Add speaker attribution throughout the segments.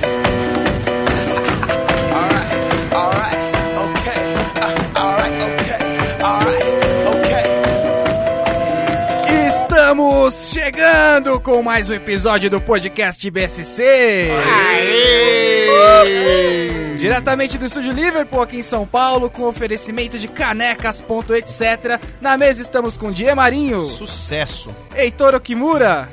Speaker 1: Uh,
Speaker 2: Voltando com mais um episódio do podcast BSC. Diretamente do estúdio Liverpool, aqui em São Paulo, com oferecimento de canecas, ponto, etc. Na mesa estamos com Die Marinho,
Speaker 3: Sucesso.
Speaker 2: Heitor Okimura,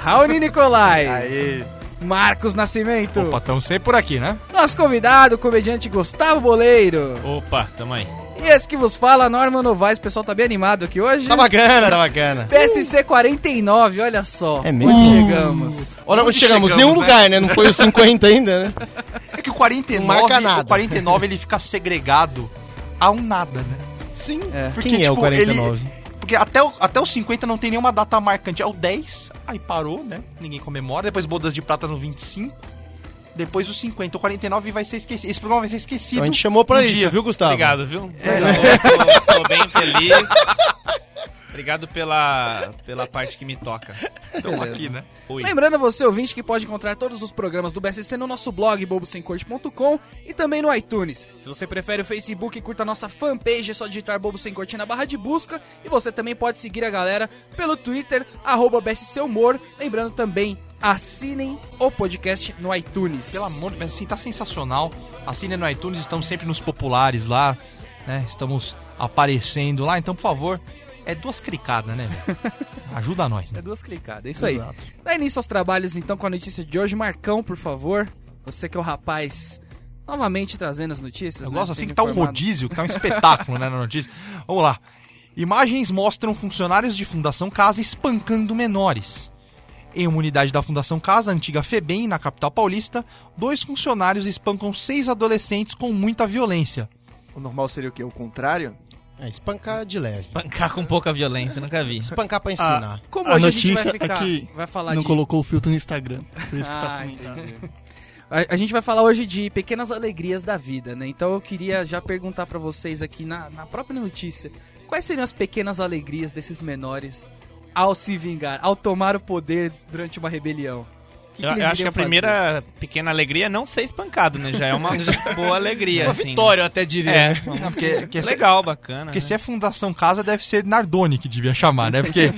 Speaker 2: Raoni Nicolai,
Speaker 3: Aê.
Speaker 2: Marcos Nascimento,
Speaker 4: Opa, tamo sempre por aqui, né?
Speaker 2: nosso convidado, o comediante Gustavo Boleiro.
Speaker 4: Opa, tamo aí.
Speaker 2: E esse que vos fala, Norman Novaes. O pessoal tá bem animado aqui hoje.
Speaker 3: Tá bacana, tá bacana.
Speaker 2: PSC 49, olha só.
Speaker 3: É mesmo?
Speaker 2: Onde chegamos.
Speaker 3: Olha onde,
Speaker 4: Onde
Speaker 3: chegamos,
Speaker 4: chegamos,
Speaker 3: nenhum
Speaker 4: né?
Speaker 3: lugar, né? Não foi o 50 ainda, né?
Speaker 5: É que o
Speaker 3: Não
Speaker 5: 49,
Speaker 3: marca nada.
Speaker 5: o 49 ele fica segregado a um nada, né?
Speaker 3: Sim.
Speaker 2: É.
Speaker 5: Porque,
Speaker 3: Quem é o
Speaker 5: tipo, ele-
Speaker 3: 49?
Speaker 5: Porque até o, até o 50 não tem nenhuma data marcante. É o 10, aí parou, né? Ninguém comemora. Depois Bodas de Prata no 25. Depois o 50. O 49 vai ser esquecido. Esse programa vai ser esquecido. É.
Speaker 3: Então a gente chamou pra
Speaker 5: Um
Speaker 3: isso,
Speaker 5: dia.
Speaker 3: viu, Gustavo?
Speaker 4: Obrigado, viu? Tô, tô- tô bem feliz. Obrigado pela, pela parte que me toca. Tamo
Speaker 2: Beleza.
Speaker 4: aqui, né? Oi.
Speaker 2: Lembrando a você, ouvinte, que pode encontrar todos os programas do BSC no nosso blog bobosemcorte.com e também no iTunes. Se você prefere o Facebook, curta a nossa fanpage, é só digitar Bobo Sem Corte na barra de busca. E você também pode seguir a galera pelo Twitter, arroba BSC Humor. Lembrando também, assinem o podcast no iTunes.
Speaker 5: Pelo amor de Deus, assim, tá sensacional. Assine no iTunes, estamos sempre nos populares lá, né? Estamos aparecendo lá, então, por favor, é duas clicadas, né? meu? Ajuda nós.
Speaker 2: É
Speaker 5: Né?
Speaker 2: duas clicadas, é isso aí.
Speaker 3: Exato.
Speaker 2: Dá início aos trabalhos então com a notícia de hoje. Marcão, por favor. Você que é o rapaz novamente trazendo as notícias.
Speaker 5: Eu
Speaker 2: né?
Speaker 5: gosto assim
Speaker 2: Sempre
Speaker 5: que tá um
Speaker 2: informado.
Speaker 5: rodízio, que tá um espetáculo, né, na notícia. Vamos lá. Imagens mostram funcionários de Fundação Casa espancando menores. Em uma unidade da Fundação Casa, antiga FEBEM, na capital paulista, dois funcionários espancam seis adolescentes com muita violência.
Speaker 1: O normal seria o quê? O contrário?
Speaker 3: É, espancar de leve.
Speaker 4: Pancar com pouca violência, nunca vi.
Speaker 3: Espancar pra ensinar.
Speaker 2: Como
Speaker 6: A
Speaker 2: hoje a gente vai
Speaker 6: notícia é
Speaker 2: ficar?
Speaker 6: que
Speaker 2: vai falar
Speaker 6: não
Speaker 2: de...
Speaker 6: colocou o filtro no Instagram. Por isso que tá
Speaker 2: Ah,
Speaker 6: tudo em-
Speaker 2: A, a gente vai falar hoje de pequenas alegrias da vida, né? Então eu queria já perguntar pra vocês aqui na, na própria notícia. Quais seriam as pequenas alegrias desses menores ao se vingar, ao tomar o poder durante uma rebelião? O que que
Speaker 4: Eu,
Speaker 2: eles
Speaker 4: eu acho que
Speaker 2: iriam
Speaker 4: a primeira pequena alegria é não ser espancado, né? Já é uma já é boa alegria,
Speaker 3: Uma
Speaker 4: assim.
Speaker 3: vitória, eu até diria.
Speaker 4: É,
Speaker 5: Porque, porque essa-
Speaker 4: legal, bacana.
Speaker 5: Porque
Speaker 4: né?
Speaker 5: se é Fundação Casa, deve ser Nardoni que devia chamar, né? Porque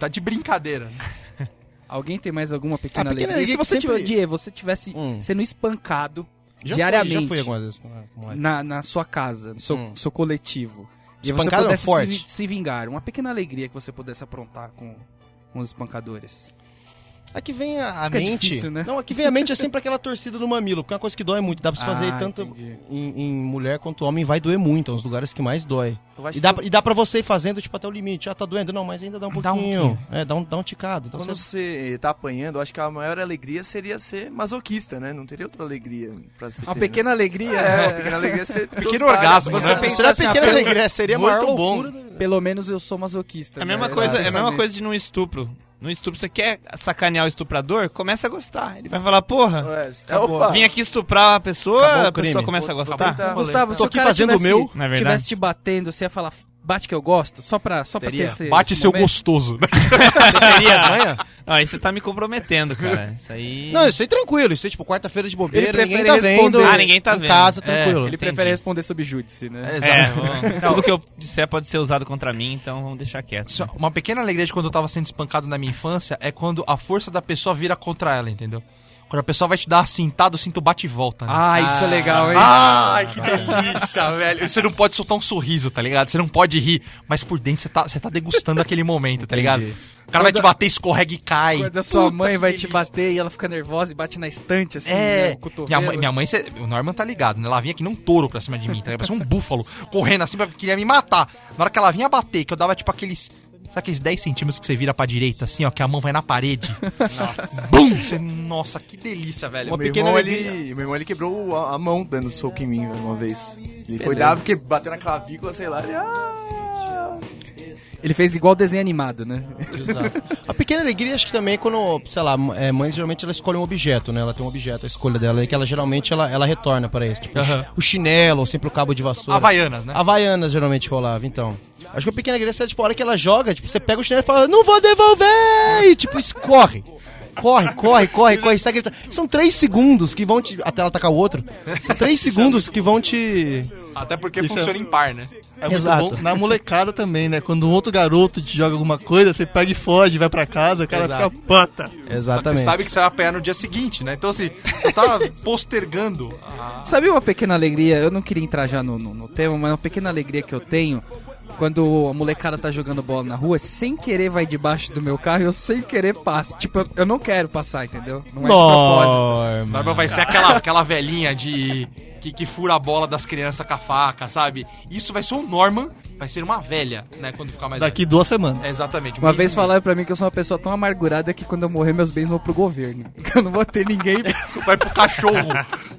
Speaker 5: tá de brincadeira.
Speaker 2: fazer? Alguém tem mais alguma pequena,
Speaker 3: Ah, pequena
Speaker 2: alegria?
Speaker 3: alegria
Speaker 2: Se
Speaker 3: que
Speaker 2: você,
Speaker 3: sempre-
Speaker 2: tiver, Die, você tivesse
Speaker 3: Hum.
Speaker 2: sendo espancado
Speaker 3: Já
Speaker 2: diariamente.
Speaker 3: Fui, já fui algumas vezes. com- com moleque.
Speaker 2: na, na sua casa, no seu,
Speaker 3: Hum.
Speaker 2: seu coletivo. E
Speaker 3: Espancado
Speaker 2: você
Speaker 3: é
Speaker 2: pudesse
Speaker 3: forte.
Speaker 2: Se, se vingar. Uma pequena alegria que você pudesse aprontar com, com os espancadores.
Speaker 3: A É que vem a, a
Speaker 2: Fica
Speaker 3: mente.
Speaker 2: difícil, né?
Speaker 3: Não, a que vem a mente é sempre aquela torcida no mamilo, porque é uma coisa que dói muito. Dá pra se fazer
Speaker 2: Ah,
Speaker 3: tanto
Speaker 2: entendi.
Speaker 3: em, em mulher quanto homem, vai doer muito. É um dos lugares que mais dói.
Speaker 1: Eu acho
Speaker 3: E dá,
Speaker 1: que
Speaker 3: e dá pra você ir fazendo, tipo, até o limite. Ah, tá doendo? Não, mas ainda dá um
Speaker 5: Dá um
Speaker 3: pouquinho. é, dá um, dá um ticado. Então
Speaker 1: quando
Speaker 3: você-
Speaker 1: você tá apanhando, eu acho que a maior alegria seria ser masoquista, né? Não teria outra alegria pra ser. né?
Speaker 2: Uma pequena alegria.
Speaker 1: É, uma
Speaker 2: né?
Speaker 1: pequena alegria seria.
Speaker 5: Pequeno orgasmo,
Speaker 2: você
Speaker 5: né?
Speaker 2: pensa
Speaker 3: Será
Speaker 2: assim, ah,
Speaker 3: é pequena
Speaker 2: pelo-
Speaker 3: alegria? Seria a
Speaker 6: Muito
Speaker 3: maior
Speaker 6: bom.
Speaker 3: loucura da-
Speaker 2: é, Pelo menos eu sou masoquista.
Speaker 4: É a
Speaker 2: né?
Speaker 4: mesma
Speaker 2: Esse
Speaker 4: coisa, é a mesma
Speaker 2: pensamento.
Speaker 4: coisa de num estupro. No estupro, você quer sacanear o estuprador, começa a gostar. Ele vai falar, porra,
Speaker 1: É, opa.
Speaker 4: vim aqui estuprar a
Speaker 3: Acabou o
Speaker 4: pessoa, a
Speaker 3: crime.
Speaker 4: pessoa começa a
Speaker 1: Vou- vou
Speaker 4: gostar.
Speaker 1: tentar-
Speaker 2: Gustavo,
Speaker 3: Tô
Speaker 2: se o
Speaker 3: aqui
Speaker 2: cara
Speaker 3: fazendo o
Speaker 2: tivesse,
Speaker 3: meu.
Speaker 4: Na é verdade.
Speaker 2: tivesse te batendo, você ia falar, bate que eu gosto? Só pra, só pra ter esse,
Speaker 5: Bate
Speaker 2: esse
Speaker 5: seu
Speaker 2: momento?
Speaker 5: gostoso.
Speaker 4: Não, aí você tá me comprometendo, cara. Isso aí.
Speaker 3: é? Não, isso aí tranquilo. Isso aí, tipo, quarta-feira de bobeira,
Speaker 2: Ele
Speaker 3: ninguém tá
Speaker 2: prefere
Speaker 3: vendo.
Speaker 2: responder.
Speaker 4: Ah, ninguém tá
Speaker 3: em
Speaker 4: vendo.
Speaker 3: casa,
Speaker 2: É,
Speaker 3: tranquilo.
Speaker 2: ele
Speaker 4: Entendi.
Speaker 2: prefere responder sob júdice, né?
Speaker 4: É, vou- tudo que eu disser pode ser usado contra mim, então vamos deixar quieto.
Speaker 5: então, Só Uma pequena alegria de quando eu tava sendo espancado na minha infância é quando a força da pessoa vira contra ela, entendeu? Quando a pessoa vai te dar uma cintada, o cinto bate e volta, né?
Speaker 2: Ah, isso é legal, hein?
Speaker 5: Ai, que delícia, velho. Você não pode soltar um sorriso, tá ligado? Você não pode rir, mas por dentro você tá, você tá degustando aquele momento, tá ligado? O cara vai te bater, escorrega e cai.
Speaker 2: Quando a sua
Speaker 5: Puta
Speaker 2: mãe
Speaker 5: que
Speaker 2: vai te
Speaker 5: delícia.
Speaker 2: bater e ela fica nervosa e bate na estante, assim, né,
Speaker 5: É,
Speaker 2: o cotovelo.
Speaker 5: minha mãe, minha mãe, cê- o Norman tá ligado, né? Ela vinha que nem um touro pra cima de mim, tá ligado? Parecia um búfalo, correndo assim, pra- queria me matar. Na hora que ela vinha bater, que eu dava tipo aqueles. Sabe aqueles 10 centímetros que você vira pra direita, assim, ó, que a mão vai na parede? Nossa. Bum! Você- nossa, que delícia, velho.
Speaker 1: Meu irmão, ele, meu irmão, ele quebrou a, a mão dando soco em mim velho, uma vez. Ele foi dar porque bateu na clavícula, sei lá. Ele, ah,
Speaker 2: Ele fez igual desenho animado, né?
Speaker 3: Exato. A pequena alegria, acho que também é quando, sei lá, é, mães geralmente ela escolhe um objeto, né? Ela tem um objeto, a escolha dela, e que ela geralmente ela, ela retorna pra isso. Tipo, o chinelo, ou sempre o cabo de vassoura.
Speaker 5: Havaianas, né?
Speaker 3: Havaianas geralmente rolava, então. Acho que assim, a pequena alegria é tipo, a hora que ela joga, tipo, você pega o chinelo e fala, não vou devolver! E tipo, escorre. corre, corre, corre, corre, sai gritando. São três segundos que vão te. Até ela atacar o outro. São três segundos que vão te.
Speaker 5: Até porque funciona
Speaker 2: um
Speaker 5: em par, né?
Speaker 6: É muito
Speaker 3: Exato.
Speaker 6: bom. Na molecada também, né? Quando um outro garoto te joga alguma coisa, você pega e foge, vai pra casa, o cara
Speaker 3: Exato.
Speaker 6: fica pata.
Speaker 5: Você
Speaker 3: Exatamente.
Speaker 5: sabe que você vai apanhar no dia seguinte, né? Então, assim, eu tava postergando.
Speaker 2: Sabe uma pequena alegria? Eu não queria entrar já no, no, no tema, mas uma pequena alegria que eu tenho quando a molecada tá jogando bola na rua, sem querer vai debaixo do meu carro e eu sem querer passo. Tipo, eu, eu não quero passar, entendeu? Não é de propósito.
Speaker 3: Norma.
Speaker 5: Norma vai ser aquela, aquela velhinha de. Que, que fura a bola das crianças com a faca, sabe? Isso vai ser o Norman, vai ser uma velha, né? Quando ficar mais
Speaker 6: Daqui duas semanas.
Speaker 5: velha. É, exatamente.
Speaker 2: Uma
Speaker 5: Mesmo-
Speaker 2: vez falaram pra mim que eu sou uma pessoa tão amargurada que quando eu morrer meus bens vão pro governo. Que eu não vou ter ninguém.
Speaker 5: Vai pro cachorro.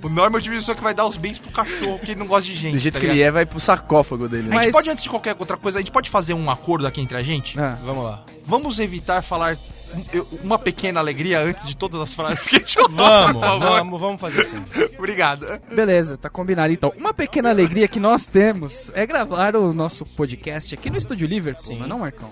Speaker 5: O Norman é o tipo de pessoa que vai dar os bens pro cachorro, que ele não gosta de gente.
Speaker 1: Do jeito
Speaker 5: tá
Speaker 1: que
Speaker 5: ligado?
Speaker 1: ele é, vai pro sarcófago dele.
Speaker 5: A
Speaker 1: Né?
Speaker 5: gente
Speaker 2: Mas-
Speaker 5: pode, antes de qualquer outra coisa, a gente pode fazer um acordo aqui entre a gente?
Speaker 2: Ah.
Speaker 3: Vamos lá.
Speaker 5: Vamos evitar falar um- eu- uma pequena alegria antes de todas as frases que a gente ouve,
Speaker 3: Vamos,
Speaker 5: por favor.
Speaker 3: vamos, vamos fazer assim.
Speaker 5: Obrigado.
Speaker 2: Beleza, tá combinado. Então, uma pequena alegria que nós temos é gravar o nosso podcast aqui no Estúdio Liverpool, não é não, Marcão?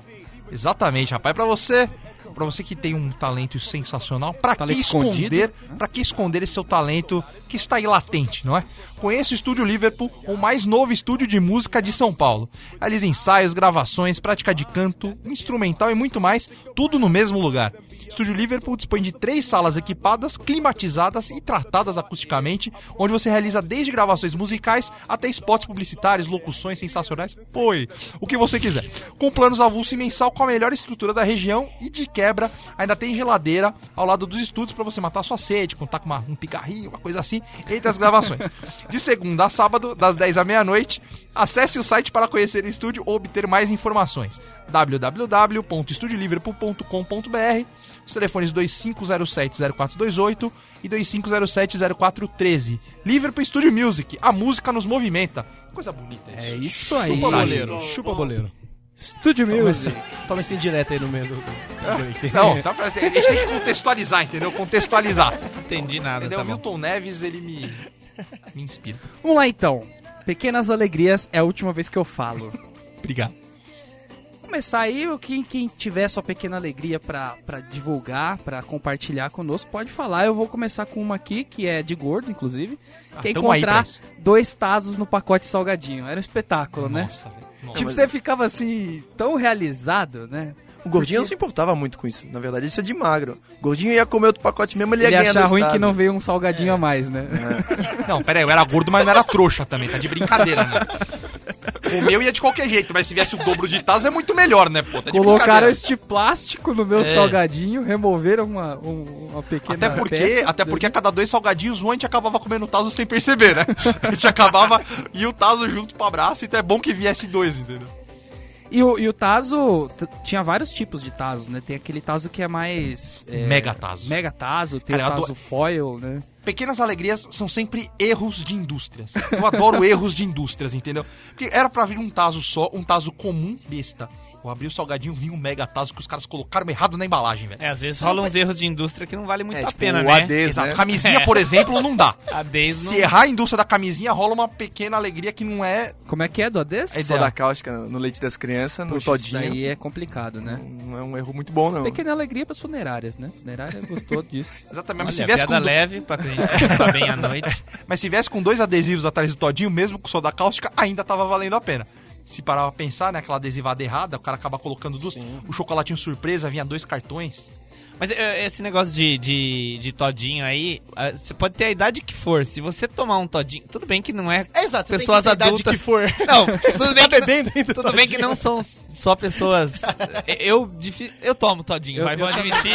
Speaker 5: Exatamente, rapaz. Pra você, pra você que tem um talento sensacional, pra que
Speaker 2: Talento
Speaker 5: esconder,
Speaker 2: escondido, né?
Speaker 5: para que esconder esse seu talento que está aí latente, não é? Conheça o Estúdio Liverpool, o mais novo estúdio de música de São Paulo. Realiza ensaios, gravações, prática de canto, instrumental e muito mais, tudo no mesmo lugar. Estúdio Liverpool dispõe de três salas equipadas, climatizadas e tratadas acusticamente, onde você realiza desde gravações musicais até spots publicitários, locuções sensacionais, foi o que você quiser. Com planos avulso e mensal com a melhor estrutura da região e de quebra, ainda tem geladeira ao lado dos estúdios pra você matar a sua sede, contar com uma- um picarrinho, uma coisa assim, entre as gravações. De segunda a sábado, das 10 à meia-noite, acesse o site para conhecer o estúdio ou obter mais informações www.estudioliverpool.com.br Os telefones 2507-0428 e 2507-0413 Liverpool Studio Music, a música nos movimenta. Coisa bonita isso.
Speaker 2: É isso aí.
Speaker 5: Chupa boleiro.
Speaker 3: Chupa boleiro.
Speaker 2: Estúdio Music.
Speaker 3: Toma esse indireto aí no meio do. do-
Speaker 5: Não, tá pra- a gente tem que contextualizar, entendeu? Contextualizar.
Speaker 4: Entendi nada,
Speaker 5: Entendeu?
Speaker 4: Ah,
Speaker 5: o
Speaker 4: tá bom.
Speaker 5: Milton Neves, ele me, me inspira.
Speaker 2: Vamos lá então. Pequenas alegrias é a última vez que eu falo.
Speaker 5: Obrigado.
Speaker 2: Começar aí, o quem, quem tiver sua pequena alegria pra, pra divulgar, pra compartilhar conosco, pode falar. Eu vou começar com uma aqui, que é de gordo, inclusive. que é
Speaker 5: tamo aí pra
Speaker 2: encontrar
Speaker 5: isso.
Speaker 2: dois tazos no pacote salgadinho. Era um espetáculo, né?
Speaker 5: Nossa, velho.
Speaker 2: Tipo, você ficava assim, tão realizado, né?
Speaker 1: O gordinho não se importava muito com isso. Na verdade, isso é de magro. O gordinho ia comer outro pacote mesmo, ele ia
Speaker 2: Ele ia
Speaker 1: ganhar
Speaker 2: achar
Speaker 1: dois
Speaker 2: ruim que
Speaker 1: tazos.
Speaker 2: não veio um salgadinho
Speaker 5: É.
Speaker 2: a mais, né?
Speaker 5: Não, pera aí, eu era gordo, mas não era trouxa também, tá de brincadeira, né? O meu ia de qualquer jeito, mas se viesse o dobro de taça é muito melhor, né, pô? Tá de
Speaker 2: Colocaram
Speaker 5: brincadeira.
Speaker 2: este plástico no meu salgadinho, removeram uma, um- uma pequena
Speaker 5: É. Até porque,
Speaker 2: peça
Speaker 5: até
Speaker 2: do-
Speaker 5: porque a cada dois salgadinhos, um a gente acabava comendo o Tazo sem perceber, né? A gente acabava e o Tazo junto pro abraço, então é bom que viesse dois, entendeu?
Speaker 2: E o, e o Tazo, t- tinha vários tipos de Tazos, né? Tem aquele Tazo que é mais... é,
Speaker 5: Mega Tazo.
Speaker 2: Mega Tazo, tem
Speaker 5: Cara, eu
Speaker 2: o Tazo Foil, né?
Speaker 5: Pequenas alegrias são sempre erros de indústrias. Eu adoro erros de indústrias, entendeu? Porque era pra vir um taso só, um taso comum, besta. Eu abri o salgadinho, vi um mega taso que os caras colocaram errado na embalagem, velho.
Speaker 4: É, às vezes rolam uns erros de indústria que não vale muito
Speaker 1: É,
Speaker 2: tá
Speaker 4: a
Speaker 1: tipo,
Speaker 4: pena,
Speaker 1: o
Speaker 4: né?
Speaker 1: AD,
Speaker 5: Exato.
Speaker 1: né?
Speaker 5: Camisinha, por exemplo, não dá.
Speaker 4: A Days não...
Speaker 5: Se errar a indústria da camisinha, rola uma pequena alegria que não é.
Speaker 2: Como é que é do ADES?
Speaker 5: É
Speaker 1: Só da cáustica no leite das crianças, no
Speaker 2: Isso
Speaker 1: todinho.
Speaker 2: daí é complicado,
Speaker 5: Hum.
Speaker 2: né?
Speaker 1: Não é um erro muito bom, não.
Speaker 2: Pequena alegria pras funerárias, né? Funerária gostou disso.
Speaker 5: Exatamente.
Speaker 4: Olha,
Speaker 5: Mas se, viesse
Speaker 4: piada
Speaker 5: com do-
Speaker 4: leve pra gente começar bem a noite.
Speaker 5: mas se viesse com dois adesivos atrás do todinho, mesmo com o só da cáustica, ainda tava valendo a pena. Se parar pra pensar, né? Aquela adesivada errada, o cara acaba colocando duas. O chocolatinho surpresa vinha dois cartões.
Speaker 4: Mas é, esse negócio de, de, de todinho aí, ah, você pode ter a idade que for. Se você tomar um todinho, tudo bem que não é.
Speaker 6: Exato,
Speaker 4: você tem Pessoas que ter a idade adultas. que
Speaker 6: que for.
Speaker 4: Não, tudo bem
Speaker 6: Tá
Speaker 4: que,
Speaker 6: bebendo ainda,
Speaker 4: tudo bem que não são s- só pessoas. É, Eu, difi- eu tomo todinho,
Speaker 2: Eu-
Speaker 4: vai, vou
Speaker 2: eu-
Speaker 4: admitir.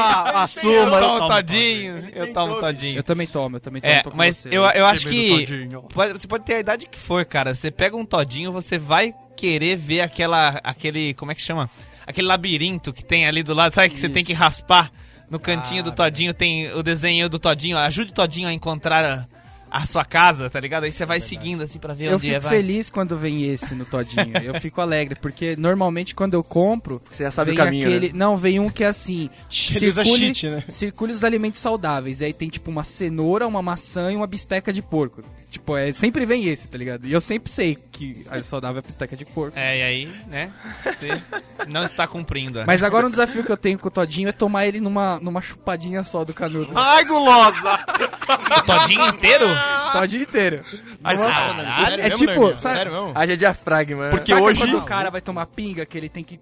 Speaker 6: Ah, assuma,
Speaker 4: Eu tomo
Speaker 6: eu tomo
Speaker 4: todinho, eu tomo todinho.
Speaker 2: Eu também tomo, eu também tomo.
Speaker 4: É,
Speaker 2: tô com
Speaker 4: mas
Speaker 2: você.
Speaker 4: eu, eu acho
Speaker 6: Bebendo
Speaker 4: que
Speaker 6: todinho.
Speaker 4: pode- você pode ter a idade que for, cara. Você pega um todinho, você vai querer ver aquela, aquele, como é que chama? Aquele labirinto que tem ali do lado, sabe que você tem que
Speaker 2: Ah,
Speaker 4: raspar no cantinho do todinho, tem o desenho do todinho. Ajude o todinho a encontrar a sua casa, tá ligado? Aí
Speaker 2: É
Speaker 4: você vai seguindo assim pra
Speaker 5: um
Speaker 4: ver
Speaker 2: Eu
Speaker 4: onde é,
Speaker 2: fico
Speaker 4: vai.
Speaker 2: feliz quando vem esse no Todinho. Eu fico alegre, porque normalmente quando eu compro,
Speaker 1: Você já sabe
Speaker 2: vem
Speaker 1: o caminho,
Speaker 2: aquele.
Speaker 1: né?
Speaker 2: Não, vem um que é assim.
Speaker 3: Ele usa
Speaker 2: circule-
Speaker 3: cheat, né?
Speaker 2: Circule os alimentos saudáveis. E aí tem, tipo, uma cenoura, uma maçã e uma bisteca de porco. Tipo, é, sempre vem esse, tá ligado? E eu sempre sei que a saudável é a bisteca de porco.
Speaker 4: É, e aí, né? Você não está cumprindo.
Speaker 2: Mas agora um desafio que eu tenho com o Todinho é tomar ele numa, numa chupadinha só do canudo.
Speaker 5: Ai, gulosa!
Speaker 4: o todinho inteiro?
Speaker 2: Todinho inteiro.
Speaker 4: Caralho.
Speaker 2: É tipo, sabe,
Speaker 3: Sério mesmo?
Speaker 1: Haja diafragma.
Speaker 5: Porque
Speaker 2: saca
Speaker 5: hoje.
Speaker 2: quando o cara vai tomar pinga, que ele tem que...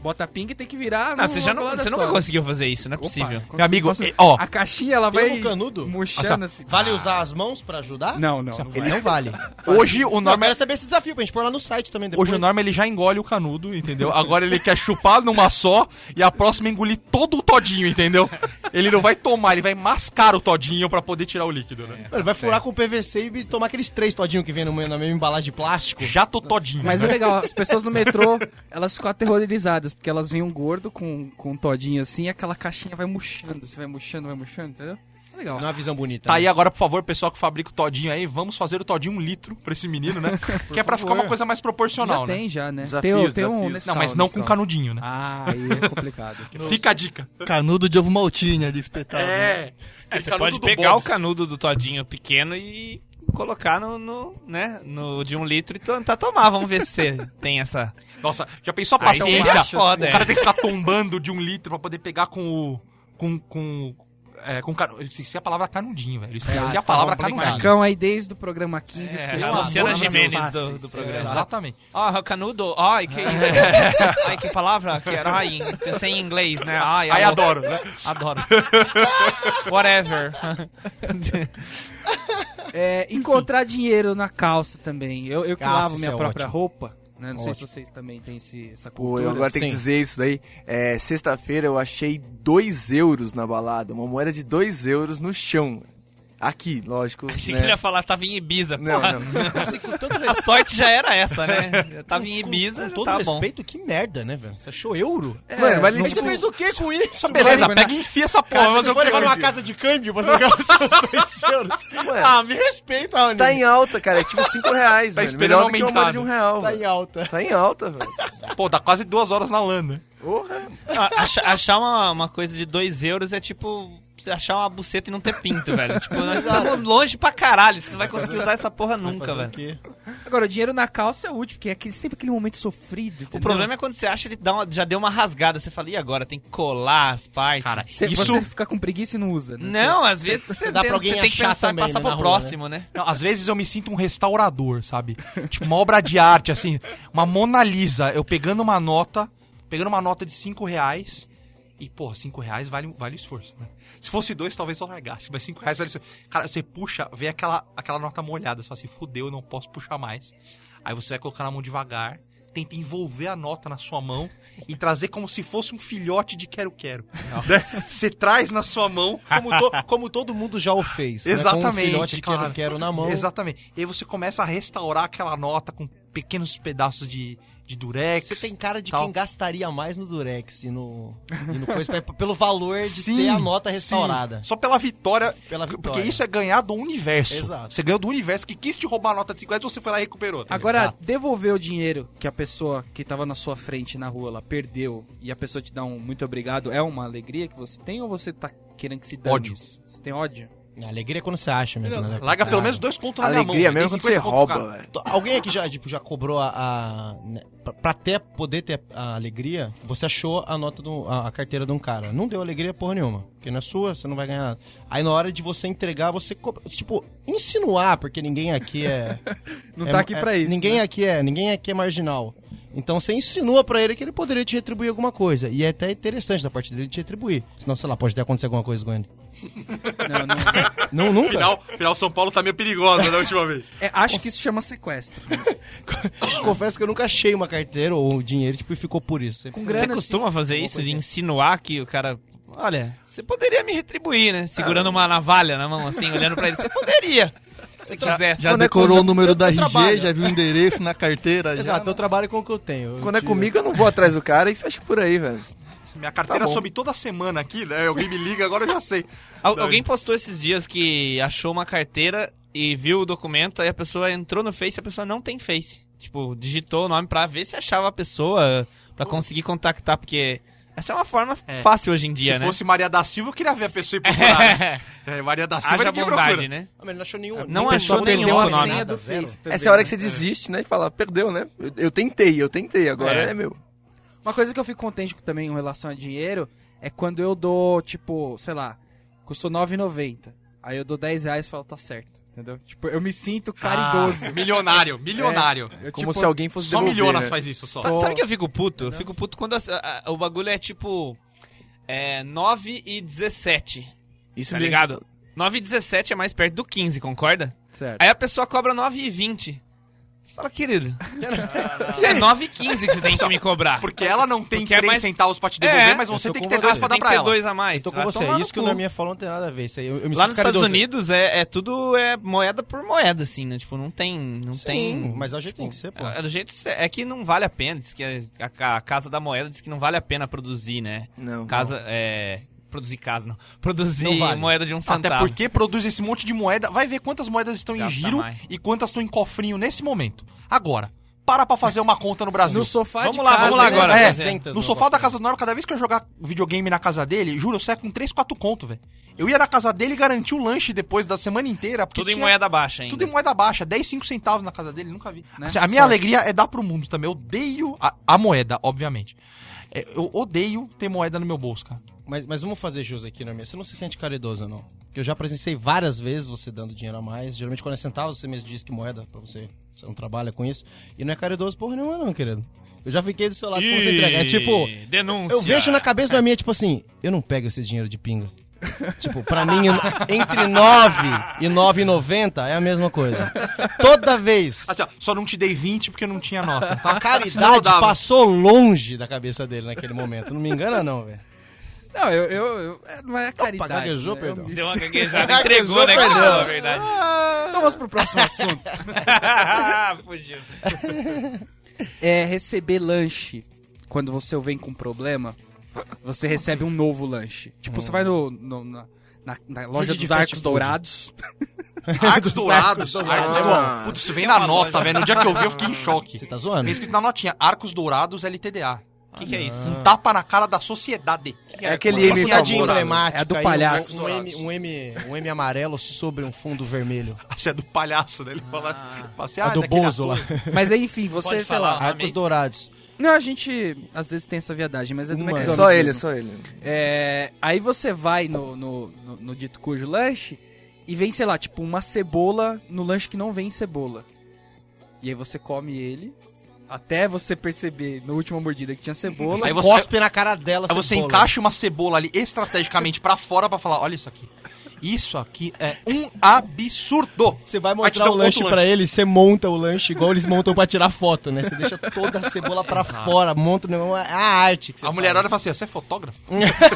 Speaker 2: Bota pinga e tem que virar
Speaker 4: Não,
Speaker 2: num-
Speaker 4: Ah, você já não,
Speaker 2: numa colada
Speaker 4: você
Speaker 2: só.
Speaker 4: nunca conseguiu fazer isso, não é
Speaker 2: Opa,
Speaker 4: possível.
Speaker 2: quando
Speaker 5: Meu
Speaker 2: você
Speaker 5: amigo,
Speaker 2: faz o-
Speaker 5: eh, ó.
Speaker 2: A caixinha, ela
Speaker 3: Tem
Speaker 2: vai
Speaker 3: um canudo?
Speaker 2: murchando assim.
Speaker 3: Vale usar as mãos pra ajudar?
Speaker 2: Não, não.
Speaker 3: Ele não vale.
Speaker 5: Hoje o
Speaker 3: Não,
Speaker 5: Norma.
Speaker 3: mas era saber esse desafio pra gente pôr lá no site também depois.
Speaker 5: Hoje o Norma ele já engole o canudo, entendeu? Agora ele quer chupar numa só e a próxima engolir todo o todinho, entendeu? Ele não vai tomar, ele vai mascar o todinho pra poder tirar o líquido, né?
Speaker 3: Ele vai furar com o PVC e tomar aqueles três todinhos que vem no, na mesma embalagem de plástico.
Speaker 5: Já tô todinho.
Speaker 2: Mas é
Speaker 5: né?
Speaker 2: legal, as pessoas no metrô, elas ficam aterrorizadas, porque elas veem um gordo com, com um todinho assim e aquela caixinha vai murchando, você vai murchando, vai murchando, entendeu? É legal.
Speaker 3: Não é uma visão bonita.
Speaker 5: Tá
Speaker 3: né?
Speaker 5: aí agora, por favor, pessoal que fabrica o todinho aí, vamos fazer o todinho um litro pra esse menino, né? que é pra ficar uma coisa mais
Speaker 2: já
Speaker 5: proporcional, né?
Speaker 2: tem, já, né?
Speaker 1: Desafios,
Speaker 2: tem, o- tem um
Speaker 1: desafios.
Speaker 2: Nescau,
Speaker 5: Não, mas não com
Speaker 2: Nescau.
Speaker 5: canudinho, né?
Speaker 2: Ah, aí é complicado.
Speaker 5: Fica a dica.
Speaker 6: Canudo de ovo maltinha de espetar. né?
Speaker 4: É,
Speaker 5: Esse
Speaker 4: você
Speaker 5: canudo
Speaker 4: pode
Speaker 5: do
Speaker 4: pegar
Speaker 5: Bob's.
Speaker 4: o canudo do todinho pequeno e colocar no, no, né, no de um litro e tentar tomar. Vamos ver se você tem essa...
Speaker 5: Nossa, já pensou a
Speaker 4: Aí sim,
Speaker 5: paciência?
Speaker 4: é foda,
Speaker 5: um o cara
Speaker 4: é.
Speaker 5: tem que ficar tombando de um litro pra poder pegar com o. com. com. É, com canu... Eu esqueci a palavra canudinho, velho. Eu Esqueci
Speaker 3: Ah,
Speaker 5: a palavra
Speaker 3: tá bom,
Speaker 5: canudinho.
Speaker 3: obrigado.
Speaker 2: Cão aí desde o programa 15,
Speaker 4: É,
Speaker 2: esqueceu.
Speaker 4: a
Speaker 2: Amor
Speaker 4: Luciana
Speaker 2: nas
Speaker 4: Gimenez
Speaker 2: faces.
Speaker 4: do- do programa.
Speaker 5: É, Exatamente.
Speaker 4: Ah, canudo, ai, que isso. ai, que palavra que era. Ai, pensei em inglês, né? Ai,
Speaker 5: Aí
Speaker 4: alô.
Speaker 5: adoro, né?
Speaker 4: Adoro. Whatever.
Speaker 2: É, encontrar dinheiro na calça também. Eu, eu que
Speaker 3: Calça,
Speaker 2: lavo
Speaker 3: isso
Speaker 2: minha
Speaker 3: é
Speaker 2: própria
Speaker 3: ótimo.
Speaker 2: roupa. né? Não sei
Speaker 3: Ótimo.
Speaker 2: se vocês também têm esse, essa
Speaker 1: Pô,
Speaker 2: cultura.
Speaker 1: eu agora tenho que
Speaker 3: Sim.
Speaker 1: dizer isso daí. É, Sexta-feira eu achei 2 euros na balada. Uma moeda de 2 euros no chão. Aqui, lógico.
Speaker 4: Achei
Speaker 1: né?
Speaker 4: que ele ia falar, tava em Ibiza,
Speaker 1: Não,
Speaker 4: porra.
Speaker 1: não.
Speaker 3: Assim, com tanto
Speaker 4: A
Speaker 3: respeito.
Speaker 4: sorte já era essa, né? Eu tava em
Speaker 3: com-
Speaker 4: Ibiza,
Speaker 3: com todo
Speaker 4: tá bom.
Speaker 3: respeito, que merda, né, velho? Você achou euro?
Speaker 2: É,
Speaker 1: Mano, mas
Speaker 3: Mas
Speaker 1: tipo,
Speaker 3: você fez o que com isso?
Speaker 5: é Beleza,
Speaker 2: vai,
Speaker 5: pega e enfia essa porra.
Speaker 3: Cara,
Speaker 5: mas
Speaker 3: você
Speaker 5: eu
Speaker 3: foi
Speaker 5: quero
Speaker 3: levar numa
Speaker 5: dinheiro.
Speaker 3: casa de câmbio pra trocar os seus dois euros?
Speaker 1: Ué.
Speaker 3: Ah, me respeita, Rony.
Speaker 1: Tá em alta, cara. É tipo 5 reais,
Speaker 5: Tá
Speaker 1: velho. Melhor
Speaker 5: esperando
Speaker 1: do que uma moeda
Speaker 5: aumentar,
Speaker 1: de um
Speaker 5: né?
Speaker 1: real,
Speaker 3: Tá em
Speaker 1: velho.
Speaker 3: alta.
Speaker 1: Tá em alta, velho.
Speaker 5: Pô, dá quase duas horas na lana.
Speaker 1: Porra.
Speaker 4: Ah, acha- achar uma, uma coisa de 2 euros é tipo você achar uma buceta e não ter pinto, velho. Tipo, nós estamos longe pra caralho. Você não vai conseguir usar essa porra nunca, velho.
Speaker 2: Agora, o dinheiro na calça é útil, porque é aquele, sempre aquele momento sofrido.
Speaker 4: O problema é quando você acha ele dá uma- já deu uma rasgada. Você fala, e agora? Tem que colar as partes.
Speaker 5: Cara,
Speaker 2: Cê,
Speaker 5: isso.
Speaker 2: Você fica com preguiça e não usa, né?
Speaker 4: não, às vezes você,
Speaker 3: dá
Speaker 4: tem,
Speaker 3: pra alguém
Speaker 4: você tem que
Speaker 3: achar
Speaker 4: pensar
Speaker 3: também,
Speaker 4: em passar
Speaker 3: né,
Speaker 4: pro
Speaker 3: na rua,
Speaker 4: próximo, né?
Speaker 5: Não, às vezes eu me sinto um restaurador, sabe? Tipo, uma obra de arte, assim, uma Mona Lisa, eu pegando uma nota, pegando uma nota de 5 reais, e, pô, 5 reais vale, vale o esforço, né? Se fosse dois, talvez eu largasse, mas 5 reais vale o esforço. Cara, você puxa, vê aquela, aquela nota molhada, você fala assim, fudeu, eu não posso puxar mais. Aí você vai colocar na mão devagar, tenta envolver a nota na sua mão e trazer como se fosse um filhote de quero-quero. Você traz na sua mão,
Speaker 3: Como, to- como todo mundo já o fez. Né? Com um
Speaker 5: Exatamente,
Speaker 3: filhote que eu não
Speaker 5: cara.
Speaker 3: quero na mão.
Speaker 5: Exatamente. E aí você começa a restaurar aquela nota com pequenos pedaços de, de durex.
Speaker 3: Você tem cara de
Speaker 5: Tal.
Speaker 3: quem gastaria mais no Durex e no, e no coisa, pra- pelo valor de
Speaker 5: Sim,
Speaker 3: ter a nota
Speaker 5: sim.
Speaker 3: restaurada.
Speaker 5: Só pela vitória,
Speaker 3: Pela
Speaker 5: Porque
Speaker 3: vitória.
Speaker 5: isso é ganhar do universo.
Speaker 3: Exato.
Speaker 5: Você ganhou do universo que quis te roubar a nota de 50 e você foi lá e recuperou.
Speaker 2: Agora,
Speaker 3: Exato.
Speaker 2: devolver o dinheiro que a pessoa que tava na sua frente na rua lá perdeu e a pessoa te dá um muito obrigado, é uma alegria que você tem ou você tá querendo que se dane
Speaker 5: Ódio.
Speaker 2: isso? Você tem ódio?
Speaker 3: A alegria é quando você acha mesmo, né?
Speaker 5: Larga pelo menos dois contos tá na minha mão.
Speaker 1: Alegria
Speaker 5: velho.
Speaker 1: mesmo quando
Speaker 5: Tem
Speaker 1: você
Speaker 5: 50 conto,
Speaker 1: rouba,
Speaker 5: cara.
Speaker 1: velho.
Speaker 3: To- Alguém aqui já, tipo, já cobrou a. a né, pra, pra até poder ter a alegria, você achou a nota do, a, a carteira de um cara. Não deu alegria porra nenhuma. Porque não é sua, você não vai ganhar nada. Aí na hora de você entregar, você. co- Tipo, insinuar, porque ninguém aqui é.
Speaker 2: Não
Speaker 3: é-
Speaker 2: tá aqui
Speaker 3: é-
Speaker 2: pra isso.
Speaker 3: Ninguém
Speaker 2: né?
Speaker 3: aqui é, ninguém aqui é marginal. Então você insinua pra ele que ele poderia te retribuir alguma coisa. E é até interessante da parte dele te retribuir. Senão, sei lá, pode até acontecer alguma coisa com ele.
Speaker 2: Não, não.
Speaker 3: Não, nunca.
Speaker 5: Afinal, afinal, São Paulo tá meio perigosa da última vez.
Speaker 2: É, acho que isso chama sequestro.
Speaker 3: Confesso que eu nunca achei uma carteira ou dinheiro, tipo, e ficou por isso.
Speaker 2: Com
Speaker 4: Você
Speaker 2: grana,
Speaker 4: costuma fazer isso de
Speaker 3: coisa.
Speaker 4: insinuar que o cara. Olha, você poderia me retribuir, né? Segurando uma navalha na mão, assim, olhando pra ele. Você poderia. Se quisesse.
Speaker 6: Já
Speaker 1: Quando é
Speaker 6: decorou
Speaker 1: quando-
Speaker 6: o número
Speaker 1: eu-
Speaker 6: da
Speaker 1: eu
Speaker 6: RG,
Speaker 1: trabalho.
Speaker 6: já viu o endereço na carteira.
Speaker 3: Exato,
Speaker 6: já.
Speaker 3: eu trabalho com o que eu tenho.
Speaker 1: Quando é comigo, eu não vou atrás do cara e fecho por aí, velho.
Speaker 5: Minha carteira
Speaker 1: Tá bom.
Speaker 5: sobe toda semana aqui, né? Alguém me liga, agora eu já sei.
Speaker 4: Al- alguém postou esses dias que achou uma carteira e viu o documento, aí a pessoa entrou no Face e a pessoa não tem Face. Tipo, digitou o nome pra ver se achava a pessoa, pra conseguir contactar, porque essa é uma forma fácil hoje em dia,
Speaker 5: Se
Speaker 4: né?
Speaker 5: fosse Maria da Silva, eu queria ver a pessoa e procurar. É, Maria da Silva,
Speaker 4: Haja
Speaker 5: ninguém
Speaker 4: bondade,
Speaker 5: procura.
Speaker 4: né?
Speaker 3: Ah, mas não achou nenhum.
Speaker 4: Não
Speaker 2: é
Speaker 3: nem
Speaker 4: achou
Speaker 3: pessoal, nem
Speaker 4: nenhum
Speaker 3: nome,
Speaker 4: nome.
Speaker 3: nada, zero.
Speaker 2: também,
Speaker 1: Essa é a hora
Speaker 2: né?
Speaker 1: que você desiste, né? E fala, perdeu, né? Eu, eu tentei, eu tentei, agora
Speaker 4: É.
Speaker 1: é, meu.
Speaker 2: Uma coisa que eu fico contente também em relação a dinheiro é quando eu dou, tipo, sei lá, custou 9,90. Aí eu dou 10 reais e falo, tá certo. Entendeu? Tipo, eu me sinto caridoso.
Speaker 5: Ah,
Speaker 4: É.
Speaker 5: milionário, milionário.
Speaker 2: Eu,
Speaker 1: Como
Speaker 2: tipo,
Speaker 1: se alguém fosse
Speaker 5: Só
Speaker 1: devolver,
Speaker 5: milionas
Speaker 1: né?
Speaker 5: faz isso, só.
Speaker 4: Sabe, sabe que eu fico puto? Eu fico puto quando a- a- o bagulho é tipo. É 9 e 17.
Speaker 1: Isso
Speaker 4: tá
Speaker 1: mesmo.
Speaker 4: ligado? 9 e 17 é mais perto do 15, concorda?
Speaker 2: Certo.
Speaker 4: Aí a pessoa cobra 9 e 20. Você fala, querido. É 9 e 15 que você tem que me cobrar.
Speaker 5: Porque ela não tem
Speaker 4: Porque é
Speaker 5: 3
Speaker 4: mais-
Speaker 5: centavos pra te
Speaker 4: É,
Speaker 5: devolver, mas
Speaker 3: eu
Speaker 5: você
Speaker 3: tô
Speaker 5: tem que
Speaker 3: com
Speaker 5: ter
Speaker 3: você.
Speaker 5: dois pra
Speaker 4: Você
Speaker 5: dar
Speaker 4: tem que
Speaker 5: pra
Speaker 4: ter
Speaker 5: ela.
Speaker 4: dois a mais.
Speaker 3: Tô com
Speaker 4: Ah,
Speaker 3: Então, você. é
Speaker 4: tomar no
Speaker 3: Isso que
Speaker 4: cu.
Speaker 3: na minha fala não tem nada a ver. Isso aí, eu, eu me
Speaker 4: Lá
Speaker 3: sinto
Speaker 4: nos
Speaker 3: caridoso.
Speaker 4: Estados Unidos é, é tudo é moeda por moeda, assim, né? Tipo, não tem. Não
Speaker 3: Sim,
Speaker 4: tem.
Speaker 3: mas é o jeito que tem que ser, pô.
Speaker 4: É, é do jeito que cê- é que não vale a pena. Diz que a, ca- a casa da moeda diz que não vale a pena produzir, né?
Speaker 1: Não.
Speaker 4: Casa. É. Produzir casa, não. Produzir
Speaker 3: Não vale.
Speaker 4: moeda de um
Speaker 5: Até
Speaker 4: centavo.
Speaker 5: porque produz esse monte de moeda. Vai ver quantas moedas estão em
Speaker 4: Gasta
Speaker 5: giro
Speaker 4: mais.
Speaker 5: e quantas estão em cofrinho nesse momento. Agora, para pra fazer uma conta no Brasil.
Speaker 2: No sofá de
Speaker 4: Vamos lá,
Speaker 2: casa,
Speaker 4: vamos lá
Speaker 2: né?
Speaker 4: agora.
Speaker 5: É,
Speaker 3: Trezentas
Speaker 5: no
Speaker 3: no
Speaker 5: sofá
Speaker 3: cofrinho.
Speaker 5: da casa do Noro, cada vez que eu jogar videogame na casa dele, juro, eu saio com 3, 4 conto, velho. Eu ia na casa dele e garanti o lanche depois da semana inteira. Porque
Speaker 4: Tudo em
Speaker 3: é
Speaker 5: tinha-
Speaker 4: moeda baixa ainda.
Speaker 5: Tudo em moeda baixa, 10, 5 centavos na casa dele, nunca vi.
Speaker 2: Né?
Speaker 5: Assim, a minha
Speaker 2: Sorte.
Speaker 5: alegria é dar pro mundo também. Eu odeio a, a moeda, obviamente. É, eu odeio ter moeda no meu bolso, cara.
Speaker 3: Mas, mas vamos fazer jus aqui na minha. Você não se sente caridoso, não. Porque eu já presenciei várias vezes você dando dinheiro a mais. Geralmente quando é centavos, você mesmo diz que moeda pra você. Você não trabalha com isso. E não é caridoso porra nenhuma, não, querido. Eu já fiquei do seu lado com você entregar. É tipo,
Speaker 4: Denúncia.
Speaker 3: eu vejo na cabeça da minha, tipo assim, eu não pego esse dinheiro de pinga. Tipo, pra mim, entre 9 e 9,90 é a mesma coisa. Toda vez.
Speaker 5: Assim, ó, só não te dei 20 porque eu não tinha nota. Tá?
Speaker 3: A caridade passou longe da cabeça dele naquele momento. Não me engana, não, velho.
Speaker 2: Não, eu, eu, eu- é, não é caridade.
Speaker 3: gaguejou,
Speaker 2: né?
Speaker 3: perdão.
Speaker 2: Eu me
Speaker 4: Deu uma
Speaker 2: sinto-
Speaker 4: gaguejada, entregou, né? Que falou a verdade.
Speaker 2: Então vamos pro próximo assunto.
Speaker 3: "Ah,
Speaker 4: Fugiu.
Speaker 2: É receber lanche. Quando você vem com um problema, você recebe um novo lanche. Tipo, você vai no, no- na, na- na loja
Speaker 3: Rede de
Speaker 2: dos
Speaker 3: fast
Speaker 2: Arcos
Speaker 3: food.
Speaker 2: Dourados.
Speaker 5: Arcos dourados.
Speaker 1: dourados.
Speaker 5: Arcos é bom. Putz, isso vem na nota, velho. No dia que eu vi, eu fiquei em
Speaker 3: Você
Speaker 5: choque.
Speaker 3: tá zoando?
Speaker 5: Tem escrito na notinha, Arcos Dourados LTDA.
Speaker 4: O que, que é isso?
Speaker 5: Um tapa na cara da sociedade.
Speaker 1: É aquele M
Speaker 3: piadinha
Speaker 1: famoso.
Speaker 3: emblemática.
Speaker 2: É a do
Speaker 3: aí, um-
Speaker 2: palhaço.
Speaker 3: Um, M, um, M, um M amarelo sobre um fundo vermelho.
Speaker 5: Isso é do palhaço, né? Ele fala, fala assim,
Speaker 3: a do
Speaker 5: daquele
Speaker 3: Bozo lá.
Speaker 5: ator.
Speaker 2: Mas enfim, você,
Speaker 4: Pode
Speaker 2: sei
Speaker 4: falar.
Speaker 5: Ah,
Speaker 2: lá.
Speaker 3: Arcos
Speaker 4: mesmo.
Speaker 3: Dourados.
Speaker 2: Não, a gente às vezes tem essa viadagem, mas é do
Speaker 3: Uma.
Speaker 1: É
Speaker 2: McDonald's.
Speaker 1: só ele, é
Speaker 2: mesmo.
Speaker 1: só ele.
Speaker 2: É, aí você vai no, no, no, no dito cujo lanche e vem, sei lá, tipo, uma cebola no lanche que não vem cebola. E aí você come ele até você perceber no última mordida que tinha cebola.
Speaker 5: Aí
Speaker 3: Aí
Speaker 5: você-
Speaker 3: você cospe na cara dela.
Speaker 5: Aí você
Speaker 3: cebola.
Speaker 5: encaixa uma cebola ali estrategicamente pra fora pra falar, olha isso aqui. Isso aqui é um absurdo.
Speaker 3: Você vai
Speaker 5: Aí te dá
Speaker 3: mostrar
Speaker 5: um
Speaker 3: o lanche
Speaker 5: outro
Speaker 3: pra ele, você monta o lanche igual eles montam pra tirar foto, né? Você deixa toda a cebola pra fora, monta né? é a arte que você
Speaker 5: A mulher
Speaker 3: faz.
Speaker 5: olha e fala assim, você é fotógrafo?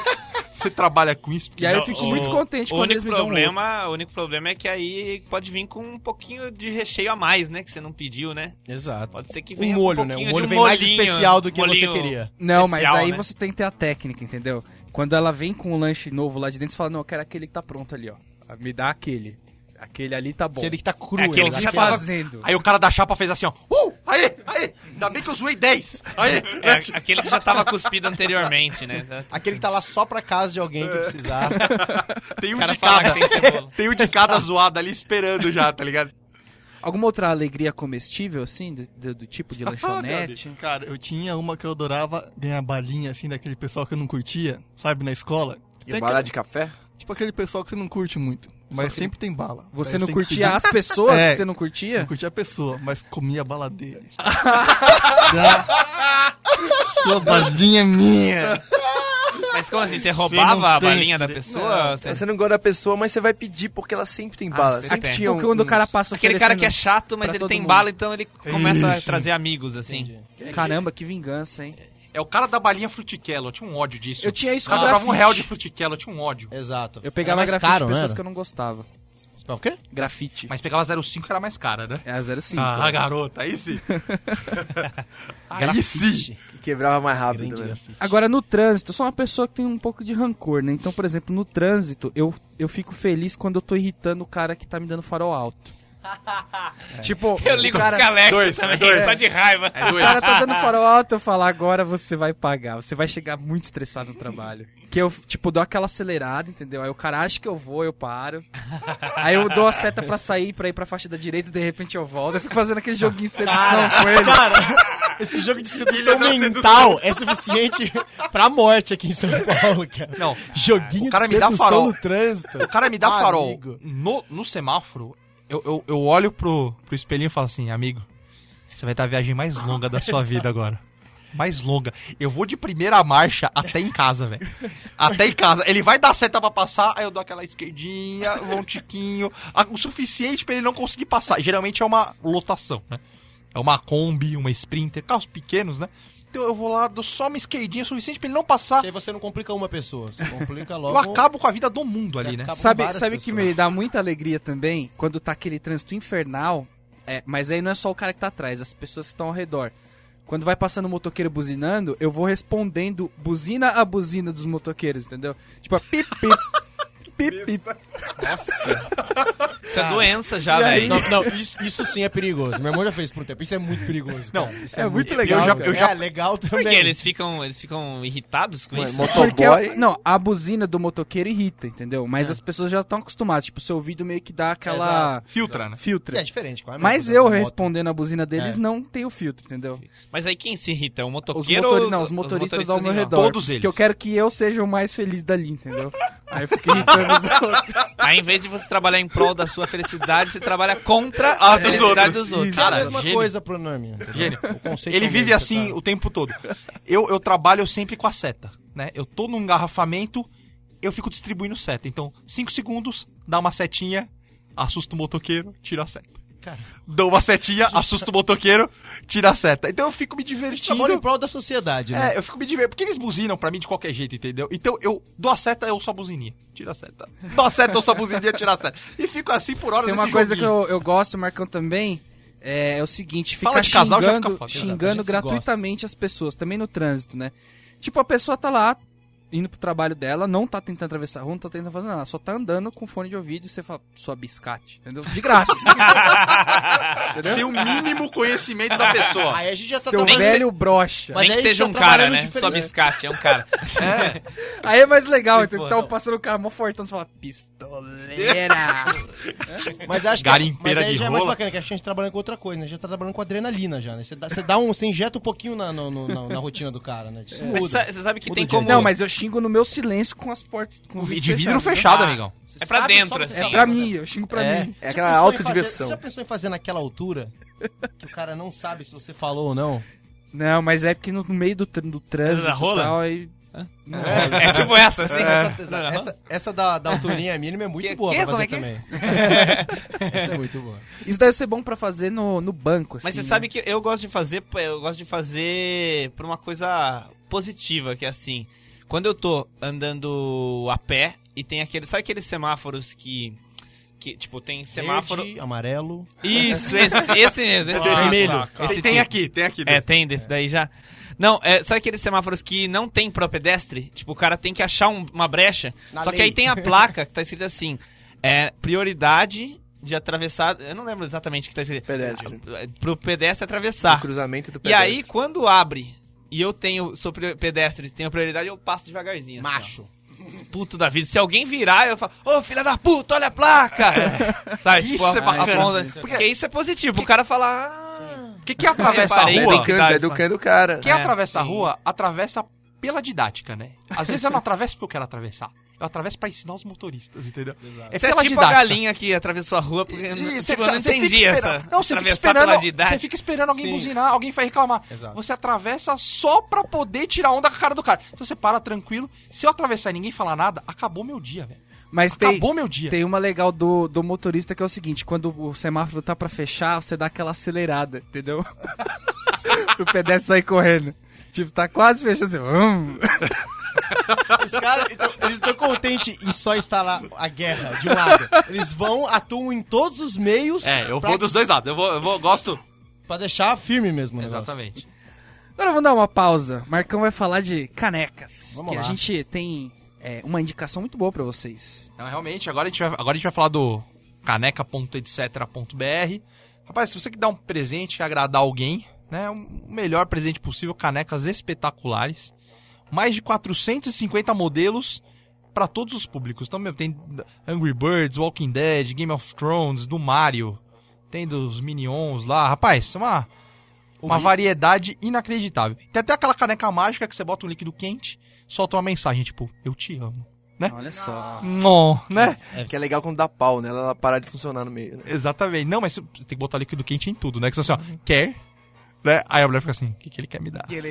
Speaker 5: você trabalha com isso?
Speaker 2: E aí eu fico muito contente
Speaker 4: o
Speaker 2: quando eles
Speaker 4: único
Speaker 2: me dão um outro.
Speaker 4: problema, O único problema é que aí pode vir com um pouquinho de recheio a mais, né? Que você não pediu, né?
Speaker 3: Exato.
Speaker 4: Pode ser que
Speaker 3: Um
Speaker 4: venha
Speaker 3: molho,
Speaker 4: com um
Speaker 3: né?
Speaker 4: pouquinho
Speaker 3: Um molho
Speaker 4: de um
Speaker 3: vem mais
Speaker 4: molhinho,
Speaker 3: especial do que
Speaker 4: molhinho
Speaker 3: você queria.
Speaker 2: Não, mas
Speaker 4: especial,
Speaker 2: aí
Speaker 4: né?
Speaker 2: você tem que ter a técnica, entendeu? Quando ela vem com um lanche novo lá de dentro, você fala, não, eu quero aquele que tá pronto ali, ó. Me dá aquele. Aquele ali tá bom.
Speaker 3: Aquele que tá cru.
Speaker 4: É
Speaker 3: né?
Speaker 4: aquele que
Speaker 2: tá
Speaker 4: já
Speaker 3: Aquele-
Speaker 4: tava-
Speaker 2: fazendo.
Speaker 5: Aí o cara da chapa fez assim, ó. Uh, aí, aí, ainda bem que eu zoei 10. Aí,
Speaker 4: É a- aquele que já tava cuspido anteriormente, né?
Speaker 3: Aquele que tá lá só pra casa de alguém que precisar.
Speaker 5: tem
Speaker 4: O
Speaker 5: um
Speaker 4: cara
Speaker 5: de
Speaker 4: fala
Speaker 5: cada.
Speaker 4: que tem cebola.
Speaker 5: Tem um de cada zoado ali esperando já, tá ligado?
Speaker 2: Alguma outra alegria comestível, assim, do, do- do tipo de lanchonete?
Speaker 6: Cara, eu tinha uma que eu adorava ganhar balinha, assim, daquele pessoal que eu não curtia, sabe, na escola.
Speaker 1: E
Speaker 6: Tem
Speaker 1: bala
Speaker 6: aquele-
Speaker 1: de café?
Speaker 6: Tipo aquele pessoal que você não curte muito, mas sempre tem bala.
Speaker 2: Você
Speaker 6: Daí
Speaker 2: não
Speaker 6: tem que
Speaker 2: curtia
Speaker 6: pedir-
Speaker 2: as pessoas
Speaker 6: É.
Speaker 2: que você não curtia?
Speaker 6: Não curtia a pessoa, mas comia a bala dele. Já- Sua balinha é minha.
Speaker 4: Mas como assim? Você
Speaker 6: não
Speaker 4: roubava a
Speaker 6: tem
Speaker 4: balinha da
Speaker 6: que-
Speaker 4: pessoa? Você-
Speaker 1: Você não gosta da pessoa, mas você vai pedir porque ela sempre tem bala.
Speaker 4: sempre
Speaker 1: sempre
Speaker 4: tem.
Speaker 1: tinha
Speaker 2: Tipo,
Speaker 1: um.
Speaker 2: quando o cara passa
Speaker 4: Aquele cara que é
Speaker 2: oferecendo-
Speaker 4: chato, mas
Speaker 2: pra
Speaker 4: ele
Speaker 2: todo
Speaker 4: tem
Speaker 2: mundo.
Speaker 4: bala, então ele começa a
Speaker 6: Isso.
Speaker 4: trazer amigos, assim.
Speaker 2: Caramba, que vingança, hein?
Speaker 5: É o cara da balinha frutiquelo, eu tinha um ódio disso.
Speaker 2: Eu tinha isso
Speaker 4: Ah,
Speaker 5: Os
Speaker 2: com
Speaker 5: caras davam um real de
Speaker 2: grafite.
Speaker 5: frutiquelo, eu tinha um ódio.
Speaker 3: Exato.
Speaker 2: Eu pegava
Speaker 3: Era mais
Speaker 2: grafite
Speaker 3: caro,
Speaker 2: de pessoas
Speaker 3: né?
Speaker 2: que eu não gostava.
Speaker 3: Tá, O quê?
Speaker 2: Grafite.
Speaker 5: Mas pegava 05 era mais cara, né?
Speaker 2: É a 05.
Speaker 5: ah, garota, aí sim. aí sim.
Speaker 1: Que quebrava mais rápido,
Speaker 3: Grande
Speaker 1: né?
Speaker 3: grafite.
Speaker 2: Agora, no trânsito, eu sou uma pessoa que tem um pouco de rancor, né? Então, por exemplo, no trânsito, eu, eu fico feliz quando eu tô irritando o cara que tá me dando farol alto. Tipo,
Speaker 4: Eu ligo
Speaker 2: o cara,
Speaker 4: os galegos
Speaker 5: dois,
Speaker 4: também,
Speaker 5: é dois.
Speaker 4: só Tá de raiva.
Speaker 5: É
Speaker 2: o
Speaker 5: doido.
Speaker 2: cara tá dando farol alto, eu falo, agora você vai pagar. Você vai chegar muito estressado no trabalho. Que eu, tipo, dou aquela acelerada, entendeu? Aí o cara acha que eu vou, eu paro. Aí eu dou a seta pra sair, pra ir pra faixa da direita, de repente eu volto. Eu fico fazendo aquele joguinho de sedução
Speaker 3: tá
Speaker 2: com ele.
Speaker 3: Esse jogo de
Speaker 5: tá
Speaker 3: sedução mental é suficiente pra morte aqui em São Paulo, cara.
Speaker 5: Não,
Speaker 3: Joguinho
Speaker 5: o cara
Speaker 3: de
Speaker 5: me dá
Speaker 3: sedução
Speaker 5: farol.
Speaker 3: no trânsito.
Speaker 5: o cara me dá farol
Speaker 3: Amigo.
Speaker 5: no, no semáforo, eu, eu, eu olho pro, pro espelhinho e falo assim, amigo, você vai dar a viagem mais longa da sua vida agora. Mais longa. Eu vou de primeira marcha até em casa, velho. Até em casa. Ele vai dar seta pra passar, aí eu dou aquela esquerdinha, um tiquinho. a- O suficiente pra ele não conseguir passar. Geralmente é uma lotação, né? É uma Kombi, uma Sprinter, carros pequenos, né? Então eu vou lá, dou só uma esquerdinha suficiente pra ele não passar.
Speaker 3: Que aí você não complica uma pessoa, você complica
Speaker 5: Eu
Speaker 3: logo...
Speaker 5: acabo com a vida do mundo ali, né?
Speaker 3: Acaba com
Speaker 2: Sabe,
Speaker 3: várias
Speaker 2: sabe que
Speaker 3: pessoas.
Speaker 2: me dá muita alegria também quando tá aquele trânsito infernal? É, mas aí não é só o cara que tá atrás, as pessoas que estão ao redor. Quando vai passando o motoqueiro buzinando, eu vou respondendo buzina a buzina dos motoqueiros, entendeu? Tipo, a pip, pip, pip, pip.
Speaker 4: Isso é doença já,
Speaker 2: E
Speaker 4: velho.
Speaker 3: Ah, Não, não, isso, isso sim é perigoso. Meu irmão já fez por um tempo. Isso é muito perigoso. Não, isso
Speaker 2: É muito legal.
Speaker 5: eu já-
Speaker 2: cara.
Speaker 5: eu já-
Speaker 3: É legal também.
Speaker 4: Porque eles ficam, eles ficam irritados com
Speaker 1: Mano,
Speaker 4: isso.
Speaker 2: Porque, é
Speaker 1: motoboy.
Speaker 2: não, a buzina do motoqueiro irrita, entendeu?
Speaker 3: É.
Speaker 2: Mas as pessoas já estão acostumadas, tipo, seu ouvido meio que dá aquela
Speaker 5: Filtra, né?
Speaker 2: filtra.
Speaker 3: É diferente. qual é a
Speaker 2: Mas
Speaker 3: mesma
Speaker 2: eu
Speaker 3: coisa?
Speaker 2: respondendo a buzina deles
Speaker 3: É.
Speaker 2: não tenho filtro, entendeu?
Speaker 4: Mas aí quem se irrita? O
Speaker 2: Os
Speaker 4: motoqueiro
Speaker 2: motori...
Speaker 4: ou
Speaker 2: Não, os motoristas, ao meu
Speaker 4: em volta?
Speaker 2: redor.
Speaker 5: Todos eles.
Speaker 2: Que eu quero que eu seja o mais feliz dali, entendeu? Aí eu fico irritando os outros.
Speaker 4: Aí, em vez de você trabalhar em prol da sua felicidade, você trabalha contra a
Speaker 5: Ah, dos
Speaker 4: felicidade
Speaker 5: outros.
Speaker 4: dos outros.
Speaker 3: É a
Speaker 4: Cara,
Speaker 3: mesma
Speaker 4: gênio.
Speaker 3: coisa pro nome. entendeu?
Speaker 5: Gênio.
Speaker 3: O conceito é
Speaker 5: Ele
Speaker 3: o
Speaker 5: vive
Speaker 3: mesmo,
Speaker 5: assim
Speaker 3: cara.
Speaker 5: o tempo todo. Eu, eu trabalho sempre com a seta, né? Eu tô num engarrafamento, eu fico distribuindo seta. Então, 5 segundos, dá uma setinha, assusta o motoqueiro, tira a seta.
Speaker 3: Cara.
Speaker 5: Dou uma setinha, assusta o motoqueiro, tira a seta. Então eu fico me divertindo.
Speaker 3: Trabalho em prol da sociedade, né?
Speaker 5: É, eu fico me divertindo. Porque eles buzinam pra mim de qualquer jeito, entendeu? Então eu dou a seta, eu só buzininha. Tira a seta. Dou a seta, eu só buzininha, tira a seta. E fico assim por horas
Speaker 2: Tem uma
Speaker 5: nesse
Speaker 2: coisa
Speaker 5: joguinho.
Speaker 2: que eu, eu gosto, Marcão, também. É, é o seguinte,
Speaker 5: Fala
Speaker 2: ficar
Speaker 5: de casal, já
Speaker 2: xingando,
Speaker 5: fica foda, exato.
Speaker 2: xingando
Speaker 3: A gente se gosta.
Speaker 2: gratuitamente as pessoas, também no trânsito, né? Tipo, a pessoa tá lá, indo pro trabalho dela, não tá tentando atravessar a rua, não tá tentando fazer nada, só tá andando com fone de ouvido e você fala, sua biscate, entendeu? De graça. Entendeu?
Speaker 5: Sem o mínimo conhecimento da pessoa.
Speaker 3: Aí a gente já tá
Speaker 2: Seu
Speaker 4: Nem que
Speaker 2: velho brocha.
Speaker 3: Mas
Speaker 4: Nem
Speaker 3: aí
Speaker 4: que seja
Speaker 3: tá
Speaker 4: um cara,
Speaker 3: trabalhando
Speaker 4: né?
Speaker 3: diferente.
Speaker 4: Só biscate, é um cara.
Speaker 2: Aí é mais legal,
Speaker 4: Sim,
Speaker 2: então
Speaker 4: pô,
Speaker 2: tá
Speaker 4: não.
Speaker 2: passando o cara mó fortão, você fala, pistoleira.
Speaker 3: Mas acho que.
Speaker 5: Garimpeira
Speaker 3: mas aí
Speaker 5: de
Speaker 3: já é mais
Speaker 5: rola.
Speaker 3: bacana, que a gente trabalha com outra coisa, né? Já tá trabalhando com adrenalina já, né? Você dá, você dá um. Você injeta um pouquinho na, no- no- na, na rotina do cara, né? Isso
Speaker 4: Mas é-
Speaker 3: muda.
Speaker 4: sa- você sabe que
Speaker 3: Muda
Speaker 4: tem
Speaker 3: o dia a
Speaker 4: como...
Speaker 3: dia.
Speaker 2: Não, mas eu xingo no meu silêncio com as portas. Com o
Speaker 5: E
Speaker 2: vidro
Speaker 5: de vidro
Speaker 2: fechado,
Speaker 5: fechado,
Speaker 4: Ah,
Speaker 5: amigão.
Speaker 3: Você
Speaker 4: É pra
Speaker 3: sabe,
Speaker 4: dentro,
Speaker 3: só
Speaker 4: assim.
Speaker 3: você
Speaker 2: né? É
Speaker 3: sabe,
Speaker 2: né? pra
Speaker 3: né?
Speaker 2: mim, eu xingo pra
Speaker 3: É.
Speaker 2: mim.
Speaker 1: É aquela
Speaker 3: Já pensou em
Speaker 1: autodiversão.
Speaker 3: fazer- Você já pensou em fazer naquela altura que o cara não sabe se você falou ou não?
Speaker 2: Não, mas é porque no no meio do, tr- do trânsito
Speaker 4: Da rola?
Speaker 2: e tal, aí... Não rola.
Speaker 4: Tá É tipo essa, assim.
Speaker 3: Essa,
Speaker 4: Não, não.
Speaker 3: essa- essa- essa da, da alturinha mínima é muito
Speaker 4: Que-
Speaker 3: boa
Speaker 4: que?
Speaker 3: pra fazer
Speaker 4: Como
Speaker 3: também. essa é muito boa.
Speaker 2: Isso deve ser bom pra fazer no, no banco,
Speaker 4: Mas
Speaker 2: assim,
Speaker 4: você
Speaker 2: né?
Speaker 4: sabe que eu gosto de fazer, eu gosto de fazer por uma coisa positiva, que é assim, quando eu tô andando a pé e tem aqueles, sabe aqueles semáforos que que tipo tem semáforo.
Speaker 3: Verde, amarelo.
Speaker 4: Isso, esse, esse mesmo, esse
Speaker 3: Claro,
Speaker 4: vermelho.
Speaker 3: claro, claro.
Speaker 4: Esse
Speaker 5: Ah, tá, Tem
Speaker 4: tipo.
Speaker 5: aqui, tem aqui.
Speaker 4: É, tem desse daí já. Não, é, sabe aqueles semáforos que não tem pro pedestre? Tipo, o cara tem que achar um- uma brecha.
Speaker 3: Na
Speaker 4: só que
Speaker 3: lei.
Speaker 4: aí tem a placa que tá escrito assim: é, prioridade de atravessar. Eu não lembro exatamente o que tá escrito.
Speaker 1: Pedestre.
Speaker 4: Ah, Pro pedestre
Speaker 1: O
Speaker 4: atravessar.
Speaker 1: cruzamento do
Speaker 4: Tá. E
Speaker 1: pedestre.
Speaker 4: aí, quando abre e eu tenho, sou pri- pedestre, tenho prioridade, eu passo devagarzinho. assim,
Speaker 3: Macho.
Speaker 4: ó. puto da vida. Se alguém virar, eu falo, ô filha da puta, olha a placa! Sabe? tipo,
Speaker 5: Isso
Speaker 4: a-
Speaker 5: é bacana.
Speaker 4: a ponta-
Speaker 5: Isso é
Speaker 4: Porque isso é positivo. O cara fala. "Ah,
Speaker 5: O que, que atravessa a
Speaker 4: Reparei,
Speaker 1: É
Speaker 4: Boa.
Speaker 5: rua?
Speaker 1: educando, é educando o cara.
Speaker 5: Quem
Speaker 4: É,
Speaker 5: atravessa a
Speaker 4: sim.
Speaker 5: rua, atravessa pela didática, né? Às vezes eu não atravesso porque eu quero atravessar. Eu atravesso pra ensinar os motoristas, entendeu?
Speaker 4: É você é tipo a galinha que atravessou a rua porque
Speaker 5: E-
Speaker 4: tipo,
Speaker 5: cê-
Speaker 4: eu
Speaker 5: cê
Speaker 4: não
Speaker 5: fica
Speaker 4: entendi essa.
Speaker 5: esperando- Não, você fica
Speaker 4: atravessar pela
Speaker 5: esperando, você
Speaker 4: didática.
Speaker 5: fica esperando alguém
Speaker 3: Sim.
Speaker 5: buzinar, alguém vai reclamar.
Speaker 3: Exato.
Speaker 5: Você atravessa só pra poder tirar onda com a cara do cara. Então você para tranquilo. Se eu atravessar e ninguém falar nada, acabou meu dia, velho.
Speaker 2: né? Mas tem,
Speaker 5: Acabou meu dia.
Speaker 2: tem uma legal do, do motorista que é o seguinte, quando o semáforo tá pra fechar, você dá aquela acelerada, entendeu? o pedestre sai correndo. Tipo, tá quase fechando, assim, hum.
Speaker 3: Os caras, então, eles estão contentes em só instalar a guerra de um lado. Eles vão, atuam em todos os meios
Speaker 7: É, eu
Speaker 3: pra,
Speaker 7: vou dos dois lados. Eu vou, eu vou gosto.
Speaker 3: pra deixar firme mesmo o negócio.
Speaker 7: Exatamente.
Speaker 2: Agora vamos dar uma pausa. Marcão vai falar de canecas.
Speaker 3: Vamos
Speaker 2: que a
Speaker 3: lá.
Speaker 2: gente tem é, uma indicação muito boa pra vocês.
Speaker 5: Não, Então, realmente, agora a gente vai, agora a gente vai falar do caneca.etc.br. Rapaz, se você quer dar um presente, quer agradar alguém, né? um- O melhor presente possível, canecas espetaculares. Mais de 450 modelos para todos os públicos. Então, meu, tem Angry Birds, Walking Dead, Game of Thrones, do Mario, tem dos Minions lá. Rapaz, é uma, uma variedade inacreditável. Tem até aquela caneca mágica que você bota um líquido quente, solta uma mensagem, tipo, eu te amo.
Speaker 2: Olha
Speaker 3: Ah.
Speaker 2: só.
Speaker 5: Não, né?
Speaker 1: Que é legal quando dá pau, né? Ela parar de funcionar no meio. né?
Speaker 5: Exatamente. Não, mas você tem que botar líquido quente em tudo, né? Que você assim, ó, quer. Né? Aí a mulher fica assim, o que, que ele quer me dar? O
Speaker 2: ele-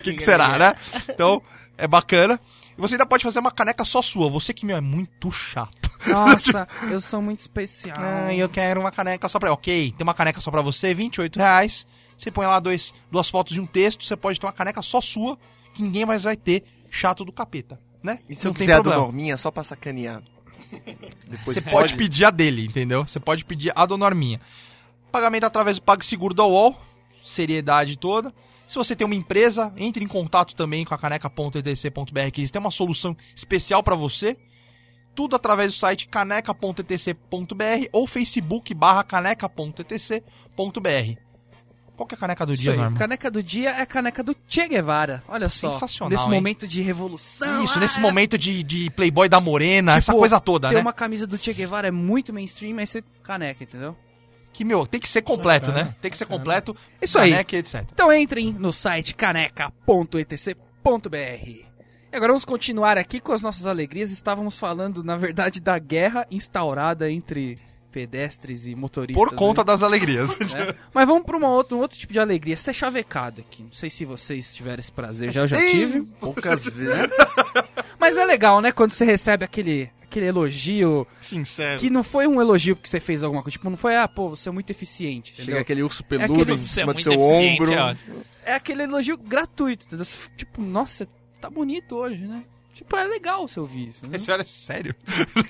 Speaker 5: que, que será, né? Então, é bacana. E você ainda pode fazer uma caneca só sua. Você que, meu, é muito chato.
Speaker 2: Nossa, eu sou muito especial.
Speaker 5: Ah, eu quero uma caneca só pra... Ok, tem uma caneca só pra você, 28 reais. Você põe lá dois, duas fotos e um texto. Você pode ter uma caneca só sua, que ninguém mais vai ter. Chato do capeta, né?
Speaker 1: E se eu
Speaker 5: Não tem
Speaker 1: quiser a do
Speaker 5: problema.
Speaker 1: Norminha, só pra sacanear. Depois
Speaker 5: Você pode pedir a dele, entendeu? Você pode pedir a do Norminha. Pagamento através do PagSeguro da UOL, seriedade toda. Se você tem uma empresa, entre em contato também com a caneca.etc.br, que eles têm uma solução especial para você. Tudo através do site caneca.etc.br ou facebook barra caneca.etc.br. Qual que é a caneca do
Speaker 2: Isso
Speaker 5: dia,
Speaker 2: aí.
Speaker 5: Norma?
Speaker 2: Caneca do dia é a caneca do Che Guevara. Olha só.
Speaker 5: Sensacional,
Speaker 2: Nesse
Speaker 5: hein?
Speaker 2: momento de revolução.
Speaker 5: Isso,
Speaker 2: ah,
Speaker 5: nesse momento de, de playboy da morena,
Speaker 2: Tipo,
Speaker 5: essa coisa toda,
Speaker 2: Ter
Speaker 5: né?
Speaker 2: uma camisa do Che Guevara é muito mainstream, mas você caneca, entendeu?
Speaker 5: Que, meu, tem que ser completo,
Speaker 3: Bacana,
Speaker 5: né? Tem que ser completo.
Speaker 2: É. Isso aí.
Speaker 5: Caneca, etc.
Speaker 2: Então entrem no site caneca.etc.br. E agora vamos continuar aqui com as nossas alegrias. Estávamos falando, na verdade, da guerra instaurada entre pedestres e motoristas.
Speaker 5: Por conta das alegrias.
Speaker 2: né? Mas vamos para uma outra, um outro tipo de alegria. Ser chavecado aqui. Não sei se vocês tiveram esse prazer, já eu já
Speaker 5: Sim.
Speaker 2: tive.
Speaker 1: Poucas vezes.
Speaker 2: Mas é legal, né? Quando você recebe aquele, aquele elogio,
Speaker 6: Sincero.
Speaker 2: que não foi um elogio porque você fez alguma coisa. Tipo, não foi, ah, pô, você é muito eficiente. entendeu?
Speaker 1: Chega aquele urso
Speaker 2: aquele
Speaker 1: peludo em
Speaker 2: urso
Speaker 1: cima do
Speaker 4: é muito
Speaker 1: seu
Speaker 4: eficiente,
Speaker 1: ombro.
Speaker 4: é ótimo.
Speaker 2: é aquele elogio gratuito, entendeu? Você fica, Tipo, nossa, você tá bonito hoje, né? Tipo, é legal você ouvir isso. Né?
Speaker 5: Esse olha, é sério.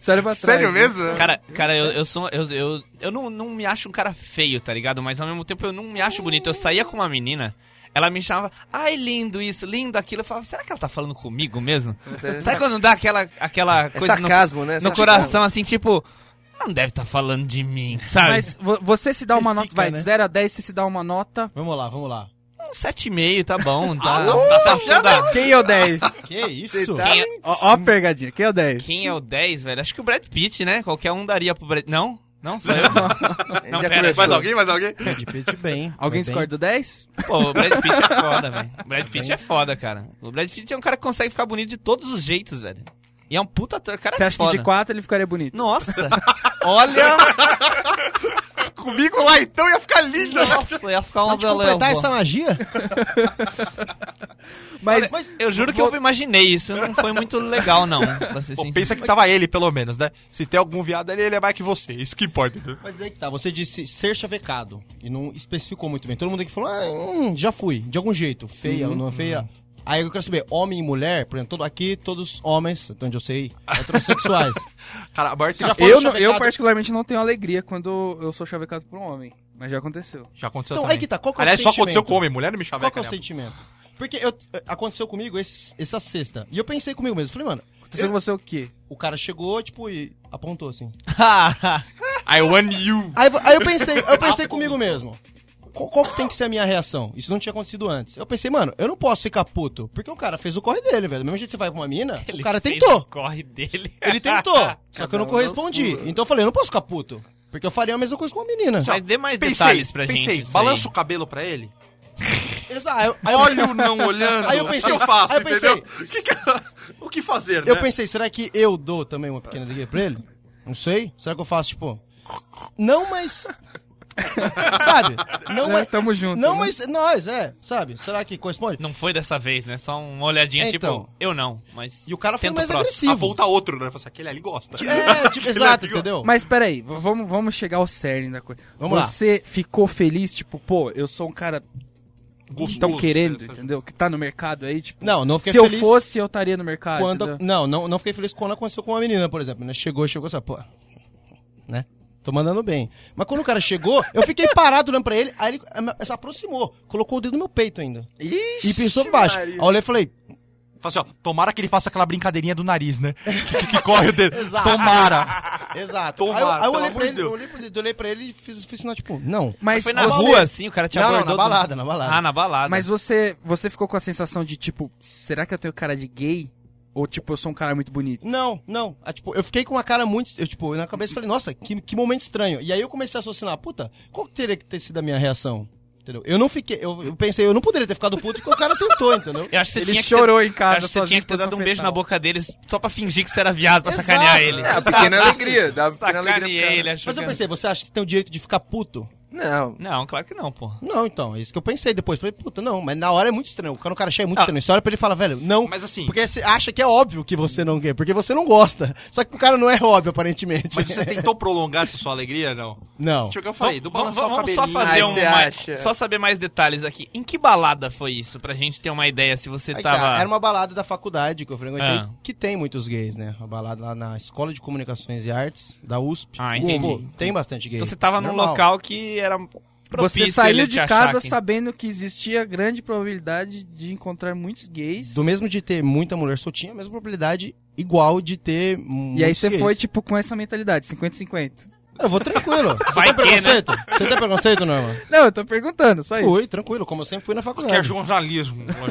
Speaker 2: Sério pra trás,
Speaker 5: Sério
Speaker 2: né?
Speaker 5: mesmo?
Speaker 4: Cara, cara, eu, eu sou. Eu, eu, eu não, não me acho um cara feio, tá ligado? Mas ao mesmo tempo eu não me acho bonito. Eu saía com uma menina, ela me chamava, ai, lindo isso, lindo aquilo. Eu falava, será que ela tá falando comigo mesmo?
Speaker 1: Então,
Speaker 4: Sabe quando dá aquela, aquela
Speaker 1: É
Speaker 4: coisa no,
Speaker 1: sarcasmo, né?
Speaker 4: no
Speaker 1: Sarcasmo.
Speaker 4: coração assim, tipo, "Ela não deve estar falando de mim, sabe?
Speaker 2: Mas vo- você se dá uma nota,
Speaker 3: Fica,
Speaker 2: vai, de
Speaker 3: né?
Speaker 2: 0 a 10, você se dá uma nota.
Speaker 3: Vamos lá, vamos lá.
Speaker 4: um 7,5, tá bom. Tá, tá certo, dá.
Speaker 2: Quem é o 10?
Speaker 3: Que isso?
Speaker 1: tá-
Speaker 4: Quem é,
Speaker 2: ó, ó a pegadinha, quem é o 10?
Speaker 4: quem é o 10, velho? Acho que o Brad Pitt, né? Qualquer um daria pro Brad. Não? Não, só eu.
Speaker 1: Ele
Speaker 4: Não,
Speaker 1: já
Speaker 4: pera,
Speaker 1: começou.
Speaker 4: mais alguém?
Speaker 5: mais alguém?
Speaker 3: Brad Pitt bem.
Speaker 2: Alguém
Speaker 3: Tá bem.
Speaker 2: discorda do 10?
Speaker 4: Pô, o Brad Pitt é foda, velho. O Brad Pitt é foda, cara. O Brad Pitt é um cara que consegue ficar bonito de todos os jeitos, velho. E é um puta ator, o cara
Speaker 2: Você
Speaker 4: é
Speaker 2: acha
Speaker 4: foda.
Speaker 2: que de 4 ele ficaria bonito?
Speaker 4: Nossa,
Speaker 3: Olha,
Speaker 5: Comigo lá então ia ficar lindo.
Speaker 4: nossa, eu ia ficar uma
Speaker 3: vamos
Speaker 4: bela
Speaker 3: completar essa magia?
Speaker 2: Mas,
Speaker 4: Mas eu juro que eu imaginei isso, não foi muito legal, não. pra ser sincero.
Speaker 5: pensa que tava ele, pelo menos, né? Se tem algum viado ali, ele é mais que você. Isso que importa. né?
Speaker 3: Mas aí que tá, você disse ser chavecado e não especificou muito bem. Todo mundo aqui falou, ah, hum, já fui, de algum jeito, feia ou não é feia. Aí eu quero saber, homem e mulher, por exemplo, todo- aqui todos homens, até onde eu sei, heterossexuais.
Speaker 5: Cara, a maior que
Speaker 3: já
Speaker 5: já,
Speaker 3: foi
Speaker 2: eu, não- eu
Speaker 3: chavecado.
Speaker 2: particularmente não tenho alegria quando eu sou chavecado por um homem. Mas já aconteceu.
Speaker 5: já aconteceu
Speaker 3: então
Speaker 5: também.
Speaker 3: aí que tá, qual que é o
Speaker 5: Aliás, só aconteceu
Speaker 3: sentimento?
Speaker 5: com homem. Mulher não me
Speaker 3: Qual
Speaker 5: chaveca,
Speaker 3: que é o
Speaker 5: né?
Speaker 3: sentimento? Porque eu- aconteceu comigo esse- essa sexta. E eu pensei comigo mesmo, falei, mano,
Speaker 2: Aconteceu com você o quê?
Speaker 3: o cara chegou, tipo, e apontou assim.
Speaker 5: I want you.
Speaker 3: Aí, vo- aí eu pensei, eu pensei comigo mesmo. Qual, qual que tem que ser a minha reação? Isso não tinha acontecido antes. Eu pensei, mano, eu não posso ficar puto. Porque o cara fez o corre dele, velho. Do mesmo jeito que você vai pra uma mina, o cara
Speaker 4: fez
Speaker 3: tentou.
Speaker 4: o Corre dele.
Speaker 3: Ele tentou. só que eu
Speaker 1: Cada
Speaker 3: não
Speaker 1: um
Speaker 3: correspondi.
Speaker 1: dá os pulos.
Speaker 3: Então eu falei, eu não posso ficar puto. Porque eu faria a mesma coisa com uma menina.
Speaker 4: Mas dê mais
Speaker 5: Pensei,
Speaker 4: detalhes pra
Speaker 5: pensei.
Speaker 4: gente. isso
Speaker 5: Balança
Speaker 4: aí.
Speaker 5: o cabelo pra ele.
Speaker 3: Exa- aí eu- aí eu-
Speaker 5: Olho não olhando.
Speaker 3: Aí eu pensei-
Speaker 5: o que eu faço,
Speaker 3: aí eu pensei-
Speaker 5: entendeu? O que que- O que fazer, né?
Speaker 3: Eu pensei, será que eu dou também uma pequena alegria pra ele? Não sei. Será que eu faço, tipo. Não, mas. sabe? Não,
Speaker 2: Né?
Speaker 3: mas.
Speaker 2: Tamo junto.
Speaker 3: Não,
Speaker 2: né?
Speaker 3: mas nós, é. Sabe? Será que corresponde?
Speaker 4: Não foi dessa vez, né? Só uma olhadinha,
Speaker 3: É,
Speaker 4: tipo,
Speaker 3: então.
Speaker 4: eu não, mas.
Speaker 3: E o cara foi
Speaker 4: tenta o
Speaker 3: mais
Speaker 4: próximo.
Speaker 5: A
Speaker 3: agressivo.
Speaker 5: volta né? outro, né? Fala assim, Aquele ali gosta.
Speaker 3: É, tipo, exato, entendeu?
Speaker 2: Mas peraí, v- vamos, vamos chegar ao cerne da coisa.
Speaker 3: Vamos lá.
Speaker 2: Você ficou feliz, tipo, pô, eu sou um cara que estão
Speaker 5: né?
Speaker 2: querendo, entendeu? Que tá no mercado aí, tipo.
Speaker 3: Não, não fiquei
Speaker 2: se eu
Speaker 3: feliz
Speaker 2: fosse, eu estaria no mercado.
Speaker 3: quando.
Speaker 2: entendeu?
Speaker 3: Não, não, não fiquei feliz quando aconteceu com uma menina, por exemplo. Né? Chegou, chegou, essa pô. Né? Tô mandando bem. Mas quando o cara chegou, eu fiquei parado olhando pra ele, aí ele eh, se aproximou, colocou o dedo no meu peito ainda.
Speaker 1: Ixi,
Speaker 3: E pensou pra baixo. Aí
Speaker 1: Maria.
Speaker 3: eu olhei e falei,
Speaker 5: Fala assim, ó, tomara que ele faça aquela brincadeirinha do nariz, né? Que, que- que corre o dedo.
Speaker 3: Exato.
Speaker 5: Tomara.
Speaker 3: exato.
Speaker 5: Tomara,
Speaker 3: aí eu, aí eu
Speaker 5: pelo
Speaker 3: olhei
Speaker 5: amor
Speaker 3: pra
Speaker 5: de
Speaker 3: ele,
Speaker 5: Deus.
Speaker 3: eu olhei pro dedo, olhei pra ele e fiz, fiz sinal, tipo, não.
Speaker 2: Mas
Speaker 4: Foi na
Speaker 2: você-
Speaker 4: rua, assim, o cara te
Speaker 3: Não, não,
Speaker 4: abordou.
Speaker 3: na
Speaker 4: do-
Speaker 3: balada, na balada.
Speaker 4: Ah, na balada.
Speaker 2: Mas você, você ficou com a sensação de, tipo, será que eu tenho cara de gay? Ou, tipo, eu sou um cara muito bonito?
Speaker 3: Não, não. Ah, tipo, eu fiquei com uma cara muito. Eu, tipo, na cabeça eu falei, nossa, que, que momento estranho. E aí eu comecei a raciocinar, puta, qual que teria que ter sido a minha reação? Entendeu? Eu não fiquei. Eu, eu pensei, eu não poderia ter ficado puto porque o cara tentou, entendeu?
Speaker 4: Eu acho que você
Speaker 2: Ele
Speaker 4: tinha que ter-
Speaker 2: chorou em
Speaker 4: eu
Speaker 2: casa,
Speaker 4: acho que você tinha que ter dado um beijo na boca dele só pra fingir que você era viado, pra
Speaker 3: Exato.
Speaker 4: sacanear ele.
Speaker 1: É, a pequena alegria. Dá uma pequena alegria pro
Speaker 4: Sacaneei ele, é.
Speaker 1: cara.
Speaker 4: achou
Speaker 3: Mas eu
Speaker 4: que era-
Speaker 3: pensei, você acha que você tem o direito de ficar puto?
Speaker 1: Não.
Speaker 4: Não, claro que não, pô.
Speaker 3: Não, então, é isso que eu pensei depois. Falei, puta, não, mas na hora é muito estranho. O cara, o cara cheia é muito
Speaker 4: Ah.
Speaker 3: estranho. Você olha pra ele e fala, velho, não.
Speaker 5: Mas assim-
Speaker 3: Porque você acha que é óbvio que você não quer, porque você não gosta. Só que o cara não é óbvio, aparentemente.
Speaker 5: Mas você tentou prolongar essa sua alegria, não?
Speaker 3: Não.
Speaker 5: Tipo, o que eu falei, do
Speaker 4: vamos,
Speaker 5: balançar o
Speaker 4: vamos
Speaker 5: cabelinho.
Speaker 4: só fazer
Speaker 1: Ai,
Speaker 4: um
Speaker 1: você
Speaker 4: mais-
Speaker 1: acha?
Speaker 4: só saber mais detalhes aqui. Em que balada foi isso? Pra gente ter uma ideia se você
Speaker 3: Aí
Speaker 4: tava.
Speaker 3: tá, era uma balada da faculdade que eu frequentei,
Speaker 4: Ah.
Speaker 3: que tem muitos gays, né? Uma balada lá na Escola de Comunicações e Artes, da USP.
Speaker 4: Ah, entendi.
Speaker 3: tem bastante gay.
Speaker 4: Então você tava num
Speaker 3: Normal.
Speaker 4: local que era propício
Speaker 2: Você saiu
Speaker 4: ele
Speaker 2: de
Speaker 4: te achar
Speaker 2: casa
Speaker 4: que-
Speaker 2: sabendo que existia grande probabilidade de encontrar muitos gays.
Speaker 3: Do mesmo de ter muita mulher soltinha, a mesma probabilidade igual de ter
Speaker 2: E aí você foi, tipo, com essa mentalidade, 50-50.
Speaker 3: Eu vou tranquilo. Você
Speaker 4: Vai
Speaker 3: tem
Speaker 4: ter, né?
Speaker 3: preconceito? Você tem preconceito, Norma?
Speaker 2: Não, eu tô perguntando, só É isso.
Speaker 3: Fui, tranquilo, como eu sempre fui na
Speaker 5: Que é
Speaker 3: faculdade.
Speaker 5: jornalismo. É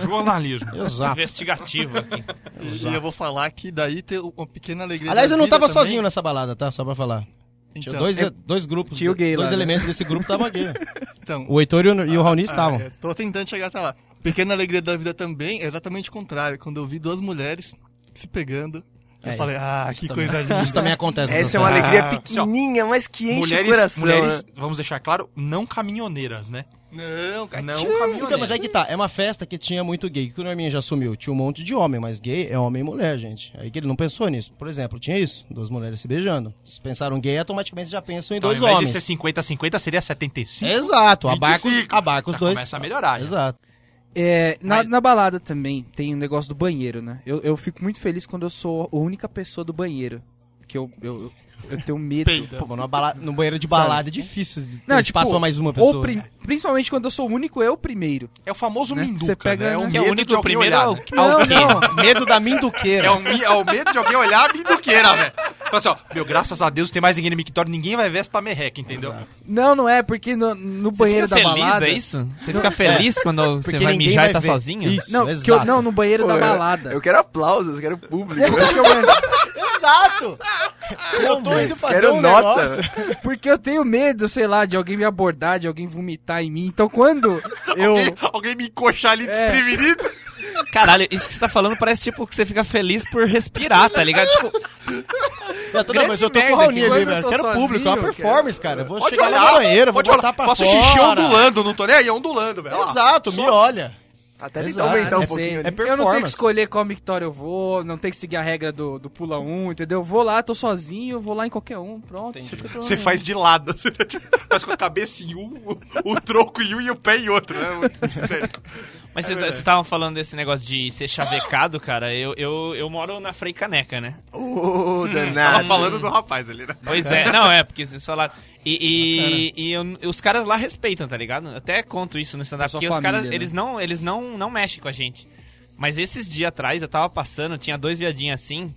Speaker 5: jornalismo.
Speaker 3: Exato.
Speaker 4: investigativo aqui.
Speaker 6: E eu vou falar que daí tem uma pequena alegria.
Speaker 3: Aliás,
Speaker 6: da
Speaker 3: eu não
Speaker 6: vida
Speaker 3: tava
Speaker 6: também.
Speaker 3: sozinho nessa balada, tá? Só pra falar. Tinha
Speaker 6: Então,
Speaker 3: dois,
Speaker 6: é-
Speaker 3: dois grupos,
Speaker 2: Tinha o gay
Speaker 3: dois
Speaker 2: lá, né?
Speaker 3: elementos desse grupo estavam gay.
Speaker 6: então,
Speaker 3: O Heitor e o, e o Raoni estavam.
Speaker 6: Ah, é, tô tentando chegar até lá. Pequena alegria da vida também é exatamente o contrário. Quando eu vi duas mulheres se pegando, eu
Speaker 3: É,
Speaker 6: falei, ah, que
Speaker 3: também.
Speaker 6: coisa linda.
Speaker 3: Isso também acontece.
Speaker 1: Essa é
Speaker 3: nessa
Speaker 1: uma
Speaker 3: época.
Speaker 1: alegria
Speaker 5: Ah,
Speaker 1: pequenininha, mas que enche
Speaker 5: mulheres,
Speaker 1: o coração.
Speaker 5: mulheres,
Speaker 1: né?
Speaker 5: vamos deixar claro, não caminhoneiras, né?
Speaker 6: Não, cara.
Speaker 5: Não
Speaker 3: Então, mas
Speaker 5: caminhoneiras.
Speaker 3: é que tá, é uma festa que tinha muito gay, que o Norminha já assumiu. Tinha um monte de homem, mas gay é homem e mulher, gente. Aí que ele não pensou nisso. Por exemplo, tinha isso, duas mulheres se beijando. Se pensaram gay, automaticamente já pensam em
Speaker 5: Então,
Speaker 3: dois
Speaker 5: ao invés
Speaker 3: homens.
Speaker 5: de ser 50-50, seria 75.
Speaker 3: Exato, abarca, os-
Speaker 5: 25.
Speaker 3: abarca os
Speaker 5: Já
Speaker 3: dois.
Speaker 5: começa a melhorar, já.
Speaker 3: Exato.
Speaker 2: É, na,
Speaker 5: Mas-
Speaker 2: na balada também tem o negócio do banheiro, né? Eu, eu fico muito feliz quando eu sou a única pessoa do banheiro. Porque eu, eu, eu tenho medo.
Speaker 3: Pô, mas numa bala- no banheiro de balada é difícil.
Speaker 2: Não,
Speaker 3: Não,
Speaker 2: tipo,
Speaker 3: espaço pra mais uma
Speaker 2: Ou
Speaker 3: pessoa.
Speaker 2: prim- principalmente quando eu sou o único, eu primeiro.
Speaker 5: É o famoso
Speaker 2: Né?
Speaker 5: minduca,
Speaker 2: Você pega,
Speaker 5: né?
Speaker 2: né?
Speaker 5: medo
Speaker 4: Que é o
Speaker 5: de
Speaker 4: único
Speaker 5: alguém
Speaker 4: primeiro
Speaker 5: olhar,
Speaker 4: é o
Speaker 5: né?
Speaker 4: é o quê?
Speaker 3: Medo da minduqueira.
Speaker 5: É
Speaker 2: um-
Speaker 5: o, mi- é o medo de alguém olhar a minduqueira, velho. Fala assim, ó, meu, graças a Deus não tem mais ninguém no mictório, ninguém vai ver essa merreca, entendeu?
Speaker 2: Não, não é, porque no, no
Speaker 4: Você
Speaker 2: banheiro
Speaker 4: fica
Speaker 2: da
Speaker 4: feliz,
Speaker 2: balada.
Speaker 4: é isso? Você fica feliz quando você vai
Speaker 3: ninguém
Speaker 4: mijar
Speaker 3: vai
Speaker 4: e tá
Speaker 3: ver.
Speaker 4: sozinho?
Speaker 3: Isso,
Speaker 2: Não, que eu,
Speaker 3: exato.
Speaker 2: não, no banheiro
Speaker 1: Pô,
Speaker 2: da
Speaker 1: eu-
Speaker 2: balada.
Speaker 1: Eu quero aplausos, eu quero público.
Speaker 3: Exato! Eu tô indo fazer
Speaker 1: Quero
Speaker 3: um
Speaker 1: nota.
Speaker 3: negócio.
Speaker 2: Porque eu tenho medo, sei lá, de alguém me abordar, de alguém vomitar em mim. Então quando eu.
Speaker 5: Alguém, alguém me encoxar ali desprevenido.
Speaker 4: Caralho, isso que você tá falando parece tipo que você fica feliz por respirar, tá ligado? Tipo,
Speaker 3: Eu tô, não, mas eu tô com o
Speaker 4: merda
Speaker 3: Raoni
Speaker 4: que
Speaker 3: ali,
Speaker 2: quando eu
Speaker 3: velho.
Speaker 2: tô
Speaker 3: Quero
Speaker 2: sozinho,
Speaker 3: público, é uma
Speaker 2: eu
Speaker 3: performance, cara. Eu vou
Speaker 5: Pode
Speaker 3: chegar
Speaker 5: olhar,
Speaker 3: no banheiro, vou
Speaker 5: pode
Speaker 3: botar
Speaker 5: olhar.
Speaker 3: pra
Speaker 5: Faço
Speaker 3: fora.
Speaker 5: xixi Tipo, ondulando, não tô nem aí, ondulando, velho. Olha lá.
Speaker 3: Exato, me olha.
Speaker 1: Até tentar
Speaker 2: Tá,
Speaker 3: Exato.
Speaker 2: né?
Speaker 1: aumentar um
Speaker 3: É
Speaker 1: pouquinho. ali.
Speaker 3: sempre- é
Speaker 2: Eu não tenho que
Speaker 3: performance.
Speaker 2: escolher qual mictório eu vou, não tenho que seguir a regra do, do pula um, entendeu? Eu Vou lá, tô sozinho, eu vou lá em qualquer um, pronto. fica
Speaker 5: Você
Speaker 2: tranquilo.
Speaker 5: faz de lado, você faz com a cabeça em um, o, o tronco em um e o pé em outro. Né? Muito estranho.
Speaker 4: Mas vocês vocês estavam falando desse negócio de ser chavecado, cara. Eu, eu, eu moro na Frei Caneca, né?
Speaker 1: Ô,
Speaker 5: Tava
Speaker 1: danado.
Speaker 5: falando do rapaz ali, né?
Speaker 4: Pois é, não, é, porque vocês falaram. E, e, e eu- os caras lá respeitam, tá ligado? Eu Até conto isso
Speaker 2: É
Speaker 4: no stand-up,
Speaker 2: sua
Speaker 4: porque os
Speaker 2: família,
Speaker 4: caras,
Speaker 2: né?
Speaker 4: eles, não, eles não, não mexem com a gente. Mas esses dias atrás, eu tava passando, tinha dois viadinhos assim,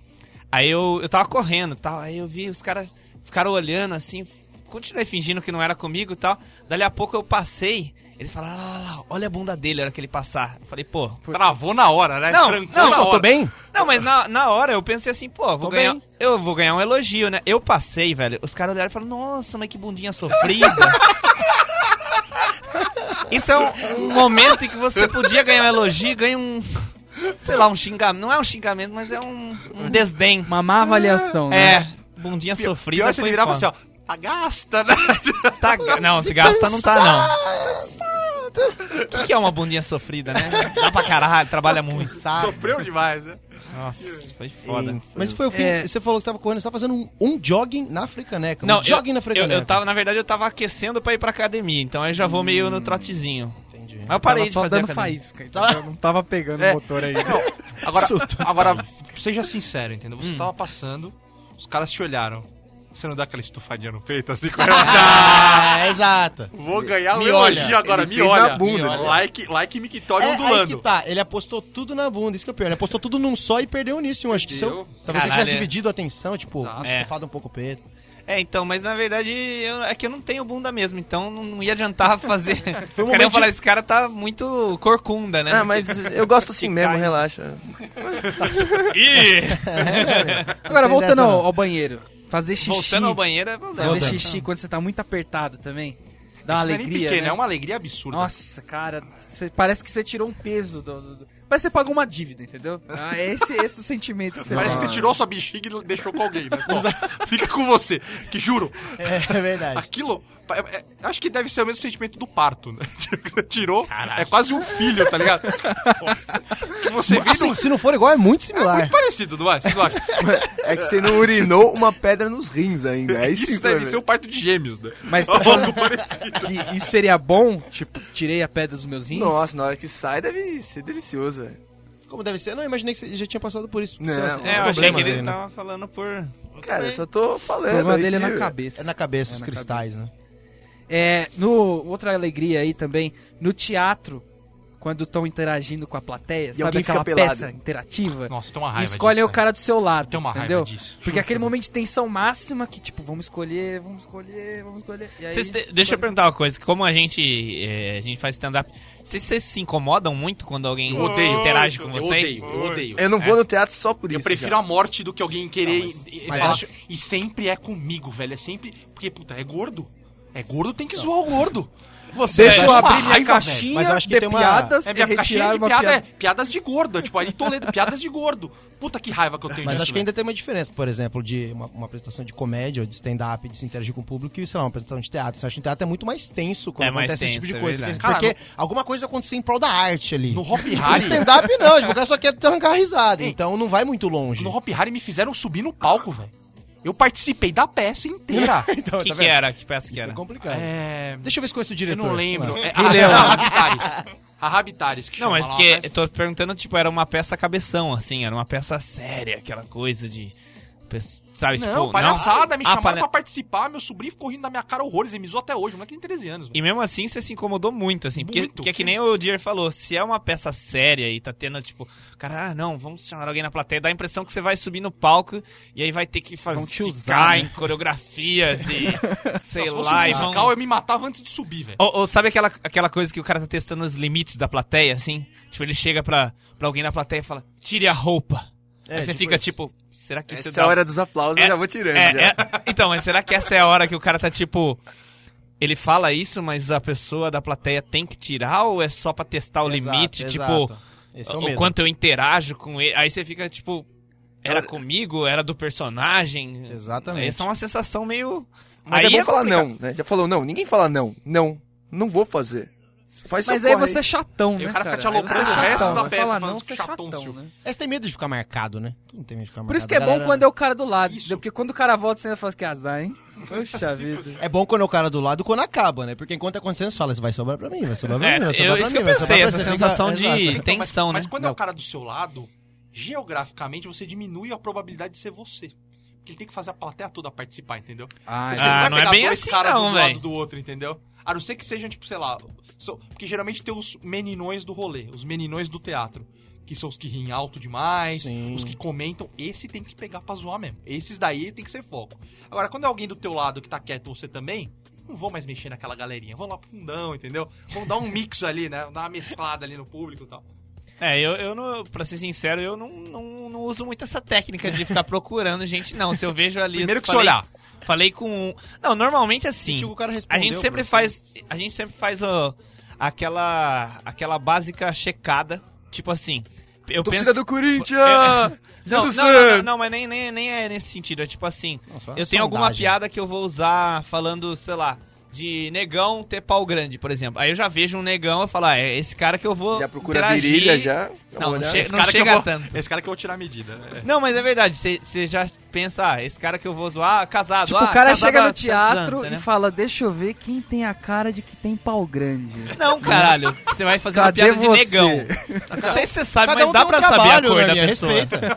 Speaker 4: aí eu, eu tava correndo e tal, aí eu vi os caras ficaram olhando assim, continuei fingindo que não era comigo e tal. Dali a pouco eu passei, eles falaram, "Ah, lá, lá, lá, olha a bunda dele, a hora que ele passar. Eu falei, pô,
Speaker 5: Travou na hora, né?
Speaker 4: Não,
Speaker 5: Trancou
Speaker 4: não,
Speaker 5: na
Speaker 4: só
Speaker 5: hora.
Speaker 3: Tô bem?
Speaker 4: não, mas na, na hora eu pensei assim, pô, vou
Speaker 3: Tô
Speaker 4: ganhar,
Speaker 3: bem.
Speaker 4: eu vou ganhar um elogio, né? Eu passei, velho. Os caras olharam e falaram, nossa, mas que bundinha sofrida. Isso é um, um momento em que você podia ganhar um elogio e ganha um. Sei lá, um xingamento. Não é um xingamento, mas é um, um desdém.
Speaker 2: Uma má avaliação, né?
Speaker 4: É, bundinha sofrida.
Speaker 5: Pior você
Speaker 4: foi
Speaker 5: virava assim,
Speaker 4: foda.
Speaker 5: ó. Tá gasta, né?
Speaker 4: Tá, ga- não, se gasta não tá, não. O que, que é uma bundinha sofrida, né? Dá pra caralho, trabalha muito.
Speaker 5: Sofreu demais, né?
Speaker 4: Nossa, foi foda.
Speaker 3: Mas foi o fim.
Speaker 2: É.
Speaker 3: Você falou que tava correndo, você tava fazendo um, um jogging na Africaneca.
Speaker 4: Não,
Speaker 3: um jogging
Speaker 4: eu,
Speaker 3: na Africaneca.
Speaker 4: eu, eu tava, na verdade, eu tava aquecendo pra ir pra academia, então eu já vou meio no trotezinho.
Speaker 3: entendi.
Speaker 4: Mas eu parei de
Speaker 2: tava só
Speaker 4: fazer
Speaker 2: dando
Speaker 4: academia.
Speaker 2: faísca, então eu não tava pegando
Speaker 5: É.
Speaker 2: o motor aí.
Speaker 5: Agora, agora seja sincero, entendeu? Você tava passando, os caras te olharam. Você não dá aquela estufadinha no peito assim com
Speaker 3: Ah, exato.
Speaker 5: Vou ganhar
Speaker 3: Me
Speaker 5: um elogio
Speaker 3: olha.
Speaker 5: agora,
Speaker 1: Ele
Speaker 5: me
Speaker 1: fez
Speaker 5: olha.
Speaker 1: na bunda,
Speaker 5: me olha.
Speaker 1: né?
Speaker 5: Like, like Mictório
Speaker 3: é, aí que
Speaker 5: ondulando.
Speaker 3: tá, ele apostou tudo na bunda, isso que é o pior. Ele apostou tudo num só e perdeu é. nisso. Eu acho que se eu,
Speaker 7: Perdeu.
Speaker 3: talvez se eu tivesse
Speaker 4: Caralho.
Speaker 3: dividido a atenção, tipo,
Speaker 5: Exato.
Speaker 4: É.
Speaker 3: estufado um pouco o peito.
Speaker 4: É, então, mas na verdade eu- é que eu não tenho bunda mesmo, então não, não ia adiantar fazer. Os caras iam
Speaker 3: momento-
Speaker 4: falar, esse cara tá muito corcunda, né?
Speaker 8: Ah, mas eu gosto assim mesmo, relaxa.
Speaker 4: Ih!
Speaker 2: Agora,
Speaker 3: tem
Speaker 2: voltando
Speaker 3: dessa,
Speaker 2: ao,
Speaker 3: não.
Speaker 2: ao banheiro. Fazer xixi.
Speaker 4: Voltando ao banheiro, é problema.
Speaker 2: Fazer
Speaker 3: Voltando.
Speaker 2: xixi quando você tá muito apertado também. Dá uma
Speaker 5: Isso não é nem
Speaker 2: alegria.
Speaker 5: pequeno,
Speaker 2: né?
Speaker 5: é uma alegria absurda.
Speaker 2: Nossa, cara, você- parece que você tirou um peso do. do, do... Parece que você pagou uma dívida, entendeu? Ah, é esse, esse o sentimento que você
Speaker 5: Parece
Speaker 2: vai-
Speaker 5: que você tirou sua bexiga e deixou com alguém, né? Bom, fica com você, que juro,
Speaker 3: É, verdade.
Speaker 5: aquilo. é- é- acho que deve ser o mesmo sentimento do parto, né? Você Tirou, é quase um filho, tá ligado? Que você vê
Speaker 3: Assim, se não for igual, é muito
Speaker 5: no...
Speaker 3: similar.
Speaker 5: Muito parecido, não é? Vocês não acham?
Speaker 1: É que você não urinou uma pedra nos rins ainda. É isso,
Speaker 5: Isso
Speaker 1: que
Speaker 5: deve
Speaker 1: foi,
Speaker 5: ser o parto de gêmeos, né?
Speaker 2: Mas tá falando que isso seria bom? Tipo, tirei a pedra dos meus rins?
Speaker 1: velho. Nossa, na hora que sai deve ser delicioso, velho.
Speaker 3: Como deve ser? Não, eu imaginei que você já tinha passado por isso.
Speaker 1: Não,
Speaker 3: Sei lá, você
Speaker 1: é,
Speaker 3: tem
Speaker 4: É,
Speaker 3: uns
Speaker 4: eu achei que
Speaker 3: problemas
Speaker 4: ele
Speaker 3: aí, né?
Speaker 4: tava falando por.
Speaker 1: Cara, eu só tô falando.
Speaker 2: O problema
Speaker 1: aqui,
Speaker 2: dele é na
Speaker 1: velho.
Speaker 2: cabeça.
Speaker 3: É na cabeça,
Speaker 2: É
Speaker 3: os
Speaker 2: na
Speaker 3: cristais, né?
Speaker 2: É, no, outra alegria aí também, no teatro, quando estão interagindo com a plateia, sabe
Speaker 1: alguém
Speaker 2: aquela
Speaker 1: fica pelado.
Speaker 2: peça interativa?
Speaker 5: Nossa, tem uma
Speaker 2: E
Speaker 5: raiva.
Speaker 2: escolhem
Speaker 5: disso,
Speaker 2: o cara do seu lado,
Speaker 5: Eu tenho uma raiva
Speaker 2: entendeu?
Speaker 5: disso.
Speaker 2: Porque aquele momento de tensão máxima que, tipo, vamos escolher, vamos escolher, vamos escolher. E aí,
Speaker 4: Vocês te- Deixa eu perguntar uma coisa, que como a gente, é, a gente faz stand-up, vocês, vocês se incomodam muito quando alguém
Speaker 5: Eu odeio.
Speaker 4: interage com
Speaker 5: Eu
Speaker 4: vocês?
Speaker 5: odeio, eu odeio. É.
Speaker 1: Eu não vou no teatro só por
Speaker 5: Eu
Speaker 1: isso.
Speaker 5: prefiro
Speaker 1: já.
Speaker 5: a morte do que alguém querer e, e
Speaker 3: mas
Speaker 5: falar-
Speaker 3: acho-
Speaker 5: e sempre é comigo, velho. É sempre. Porque, puta, é gordo. É gordo, tem que zoar o gordo. Você
Speaker 3: Deixa eu
Speaker 5: é uma
Speaker 2: abrir minha
Speaker 5: raiva,
Speaker 2: caixinha
Speaker 3: Mas eu acho que
Speaker 2: de
Speaker 3: tem uma-
Speaker 2: piadas
Speaker 5: velho. É
Speaker 2: e
Speaker 5: minha
Speaker 2: retirar
Speaker 5: caixinha de
Speaker 2: uma
Speaker 5: piada,
Speaker 2: piada.
Speaker 5: é piadas de gordo. É tipo ali Toledo, piadas de gordo. Puta que raiva que eu tenho
Speaker 3: Mas
Speaker 5: disso,
Speaker 3: acho que é
Speaker 5: velho.
Speaker 3: ainda tem uma diferença, por exemplo, de uma, uma apresentação de comédia, ou de stand-up, de se interagir com o público, e, sei lá, uma apresentação de teatro. Eu acho que o teatro é muito mais tenso quando
Speaker 4: É mais
Speaker 3: acontece esse tipo
Speaker 4: tenso,
Speaker 3: de
Speaker 4: é
Speaker 3: coisa.
Speaker 4: verdade.
Speaker 3: porque alguma coisa aconteceu em prol da arte ali.
Speaker 5: No Hop
Speaker 3: No
Speaker 5: Harry.
Speaker 3: stand-up não, tipo, o cara só quer arrancar a risada, então não vai muito longe.
Speaker 5: No Hop Harry me fizeram subir no palco, velho. Eu participei da peça inteira.
Speaker 3: Então,
Speaker 4: O que,
Speaker 3: tá
Speaker 4: que
Speaker 3: vendo?
Speaker 4: era? Que peça que
Speaker 3: Isso é
Speaker 4: era?
Speaker 3: complicado.
Speaker 5: é.
Speaker 3: Deixa eu ver se conheço o
Speaker 5: Eu
Speaker 3: diretor.
Speaker 5: não lembro.
Speaker 3: Sei lá.
Speaker 5: É, a, é a Rabitares. A Rabitares que
Speaker 4: Não,
Speaker 5: chama
Speaker 4: mas
Speaker 5: lá,
Speaker 4: porque
Speaker 5: mas-
Speaker 4: eu tô perguntando, tipo, era uma peça cabeção, assim, era uma peça séria, aquela coisa de. pe- Sabe,
Speaker 5: Não,
Speaker 4: tipo.
Speaker 5: palhaçada, me
Speaker 4: Ah,
Speaker 5: chamaram
Speaker 4: palha-
Speaker 5: pra participar, meu sobrinho ficou rindo da minha cara horrores, ele me zoou até hoje, moleque tem 13 anos.
Speaker 4: E mesmo assim você se incomodou muito, assim. Porque,
Speaker 5: Muito.
Speaker 4: porque é que nem o Dier falou, se é uma peça séria e tá tendo, tipo, cara, ah, não, vamos chamar alguém na plateia, dá a impressão que você vai subir no palco e aí vai ter que fazer
Speaker 2: Vão te usar,
Speaker 4: ficar
Speaker 2: né?
Speaker 4: em coreografias e sei
Speaker 5: Se fosse
Speaker 4: lá,
Speaker 5: um
Speaker 4: e
Speaker 5: musical,
Speaker 4: vão...
Speaker 5: eu me matava antes de subir, velho.
Speaker 4: Ou, ou sabe aquela, aquela coisa que o cara tá testando os limites da plateia, assim? Tipo, ele chega pra, pra alguém na plateia e fala, tire a roupa.
Speaker 3: É,
Speaker 4: aí você fica, tipo, será que você
Speaker 1: Essa
Speaker 4: dá...
Speaker 1: hora dos aplausos
Speaker 4: É,
Speaker 1: eu já vou tirando.
Speaker 4: É,
Speaker 1: já.
Speaker 4: é- então, mas será que essa é a hora que o cara tá tipo. Ele fala isso, mas a pessoa da plateia tem que tirar ou é só pra testar o
Speaker 3: Exato,
Speaker 4: limite?
Speaker 3: exato.
Speaker 4: Tipo,
Speaker 3: Esse é o
Speaker 4: o
Speaker 3: medo.
Speaker 4: quanto eu interajo com ele. Aí você fica tipo. Era comigo? Era do personagem?
Speaker 3: Exatamente.
Speaker 4: Essa é uma sensação meio.
Speaker 1: Mas
Speaker 4: aí
Speaker 1: é bom
Speaker 4: é
Speaker 1: falar
Speaker 4: complicado.
Speaker 1: não, né? Já falou não. Ninguém fala não. Não. Não vou fazer. Faz
Speaker 2: Mas
Speaker 1: seu
Speaker 2: aí
Speaker 1: corre
Speaker 2: você é chatão,
Speaker 5: Aí
Speaker 2: né,
Speaker 5: o cara
Speaker 2: cara?
Speaker 5: fica te
Speaker 2: Aí você é
Speaker 5: aloprando o resto
Speaker 2: chatão,
Speaker 5: da
Speaker 2: você
Speaker 5: peça,
Speaker 2: fala
Speaker 5: falando
Speaker 2: não, você é
Speaker 5: chatão,
Speaker 2: chatão,
Speaker 5: seu.
Speaker 2: né?
Speaker 3: Mas tem medo de ficar marcado, né? Tu não tem medo de ficar marcado.
Speaker 2: Por isso que é
Speaker 3: A
Speaker 2: bom
Speaker 3: galera-
Speaker 2: quando é o cara do lado, entendeu? porque quando o cara volta, você ainda fala que é azar, hein? Poxa
Speaker 4: Tipo,
Speaker 2: vida.
Speaker 3: É bom quando é o cara do lado e quando acaba, né? Porque enquanto tá acontecendo, você fala, isso vai sobrar pra mim, vai sobrar pra
Speaker 4: É,
Speaker 3: mim, vai
Speaker 4: eu-
Speaker 3: sobrar pra
Speaker 4: isso
Speaker 3: mim.
Speaker 4: que eu
Speaker 3: vai sobrar
Speaker 4: pensei,
Speaker 3: pra
Speaker 4: essa
Speaker 3: mim.
Speaker 4: sensação
Speaker 3: tá Exato.
Speaker 4: de
Speaker 3: Então,
Speaker 5: mas,
Speaker 4: tensão,
Speaker 5: mas
Speaker 4: né?
Speaker 5: quando é
Speaker 3: Não.
Speaker 5: o cara do seu lado, geograficamente você diminui a probabilidade de ser você. Porque ele tem que fazer a plateia toda participar, entendeu?
Speaker 2: Ah,
Speaker 5: Ele vai
Speaker 4: não é
Speaker 5: pegar
Speaker 4: bem
Speaker 5: dois
Speaker 4: assim
Speaker 5: caras
Speaker 4: não,
Speaker 5: um do
Speaker 4: véi.
Speaker 5: lado do outro, entendeu? A não ser que sejam, tipo, sei lá. so- porque geralmente tem os meninões do rolê, os meninões do teatro. Que são os que riem alto demais,
Speaker 3: Sim.
Speaker 5: os que comentam. Esse tem que pegar pra zoar mesmo. Esses daí tem que ser foco. Agora, quando é alguém do teu lado que tá quieto, você também. Não vou mais mexer naquela galerinha. Vamos lá pro fundão, entendeu? Vamos dar um mix ali, né? Dar uma mesclada ali no público e tal.
Speaker 4: É, eu, eu não, pra ser sincero, eu não, não, não uso muito essa técnica de ficar procurando gente, não. Se eu vejo ali.
Speaker 5: Primeiro que
Speaker 4: falei-
Speaker 5: você olhar.
Speaker 4: Falei com. um- Não, normalmente assim.
Speaker 3: Tipo, o cara
Speaker 4: A
Speaker 3: respondeu
Speaker 4: gente sempre
Speaker 3: pra-
Speaker 4: faz, a gente sempre faz ó, aquela aquela básica checada, tipo assim, eu
Speaker 1: Torcida
Speaker 4: penso É.
Speaker 1: do Corinthians!
Speaker 4: não,
Speaker 1: do
Speaker 4: não, não, não,
Speaker 1: Santos!
Speaker 4: não, mas nem, nem, nem é nesse sentido. É tipo assim,
Speaker 3: Nossa,
Speaker 4: eu
Speaker 3: uma
Speaker 4: tenho alguma
Speaker 3: sondagem.
Speaker 4: piada que eu vou usar falando, sei lá, de negão ter pau grande, por exemplo. Aí eu já vejo um negão e falo, ah, é esse cara que eu vou
Speaker 1: Já procura a
Speaker 4: interagir
Speaker 1: virilha já.
Speaker 4: Não, não, che-
Speaker 5: Esse
Speaker 4: não
Speaker 5: cara que eu
Speaker 4: chega
Speaker 5: vou-
Speaker 4: tanto.
Speaker 5: Esse cara que eu vou tirar a medida. né?
Speaker 4: Não, mas é verdade, você já pensa, ah, esse cara que eu vou zoar, casado.
Speaker 2: Tipo,
Speaker 4: ah,
Speaker 2: o cara
Speaker 4: casado
Speaker 2: chega
Speaker 4: há
Speaker 2: no
Speaker 4: tantos
Speaker 2: teatro
Speaker 4: anos,
Speaker 2: e
Speaker 4: entendeu?
Speaker 2: fala, deixa eu ver quem tem a cara de que tem pau grande.
Speaker 4: Não, caralho, você vai fazer
Speaker 2: Cadê
Speaker 4: uma piada
Speaker 2: você?
Speaker 4: de negão. Não sei se você sabe,
Speaker 3: Cada
Speaker 4: mas
Speaker 3: um
Speaker 4: dá
Speaker 3: tem um
Speaker 4: pra saber
Speaker 3: trabalho,
Speaker 4: a
Speaker 2: né,
Speaker 4: cor da
Speaker 3: Naninha,
Speaker 4: pessoa.
Speaker 3: respeita.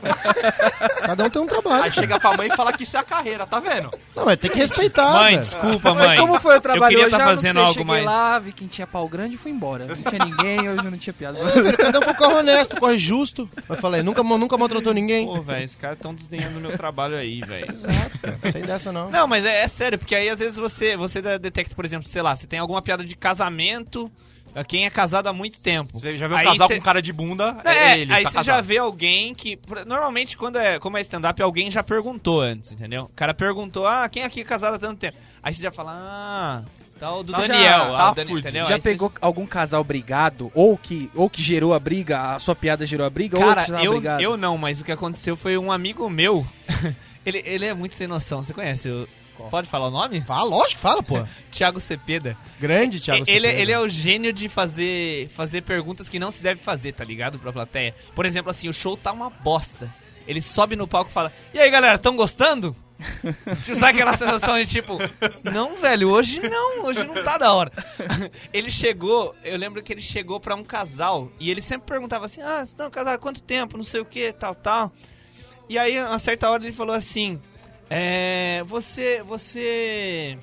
Speaker 3: Cada um tem um
Speaker 5: Aí
Speaker 3: trabalho.
Speaker 5: chega pra mãe e fala que isso é a carreira, tá vendo?
Speaker 3: Não, é tem que respeitar,
Speaker 4: Mãe,
Speaker 3: velho.
Speaker 4: desculpa,
Speaker 2: Mas
Speaker 4: mãe.
Speaker 2: como foi o trabalho
Speaker 4: queria
Speaker 2: hoje?
Speaker 4: tá
Speaker 2: Ah, não
Speaker 4: fazendo
Speaker 2: sei,
Speaker 4: algo
Speaker 2: cheguei
Speaker 4: mais.
Speaker 2: lá, vi quem tinha pau grande e fui embora. Não tinha ninguém, hoje não tinha piada.
Speaker 3: Cada um corre honesto, corre justo. Vai falar aí, nunca, nunca maltratou ninguém.
Speaker 4: Pô, velho, os caras tão desdenhando meu trabalho aí, velho.
Speaker 3: Não tem dessa, não.
Speaker 4: Não, mas é, é sério, porque aí às vezes você, você da- detecta, por exemplo, sei lá, você tem alguma piada de casamento, a quem é casado há muito tempo.
Speaker 5: Você já vê um
Speaker 4: Aí
Speaker 5: casal
Speaker 4: cê-
Speaker 5: com cara de bunda,
Speaker 4: É,
Speaker 5: é, ele,
Speaker 4: aí
Speaker 5: tá
Speaker 4: você já
Speaker 5: casado.
Speaker 4: vê alguém que. por- Normalmente, quando é, como é stand-up, alguém já perguntou antes, entendeu? O cara perguntou, ah, quem aqui é casado há tanto tempo? Aí você já fala, ah, tal do
Speaker 5: Tá
Speaker 4: Daniel.
Speaker 5: já,
Speaker 4: ah,
Speaker 5: tá
Speaker 4: o Daniel
Speaker 5: fudido.
Speaker 4: entendeu?
Speaker 2: Já
Speaker 4: Aí cê-
Speaker 2: pegou algum casal brigado, ou que, ou que gerou a briga, a sua piada gerou a briga, ou
Speaker 4: Cara,
Speaker 2: que tava
Speaker 4: eu,
Speaker 2: brigado?
Speaker 4: eu não, mas o que aconteceu foi um amigo meu. ele, ele é muito sem noção, você conhece? o- Pode falar o nome?
Speaker 3: Fala, lógico, fala, pô.
Speaker 4: Thiago Cepeda.
Speaker 3: Grande, Thiago. né?
Speaker 4: ele,
Speaker 3: Cepeda.
Speaker 4: ele é o gênio de fazer, fazer perguntas que não se deve fazer, tá ligado? Pra plateia. Por exemplo, assim, o show tá uma bosta. Ele sobe no palco e fala: E aí, galera, tão gostando? Tipo, Sabe aquela sensação de tipo, não, velho, hoje não, hoje não tá da hora. Ele chegou, eu lembro que ele chegou pra um casal e ele sempre perguntava assim: Ah, vocês estão casados há quanto tempo? Não sei o que, tal, tal. E aí, a uma certa hora, ele falou assim: É. Você. Você.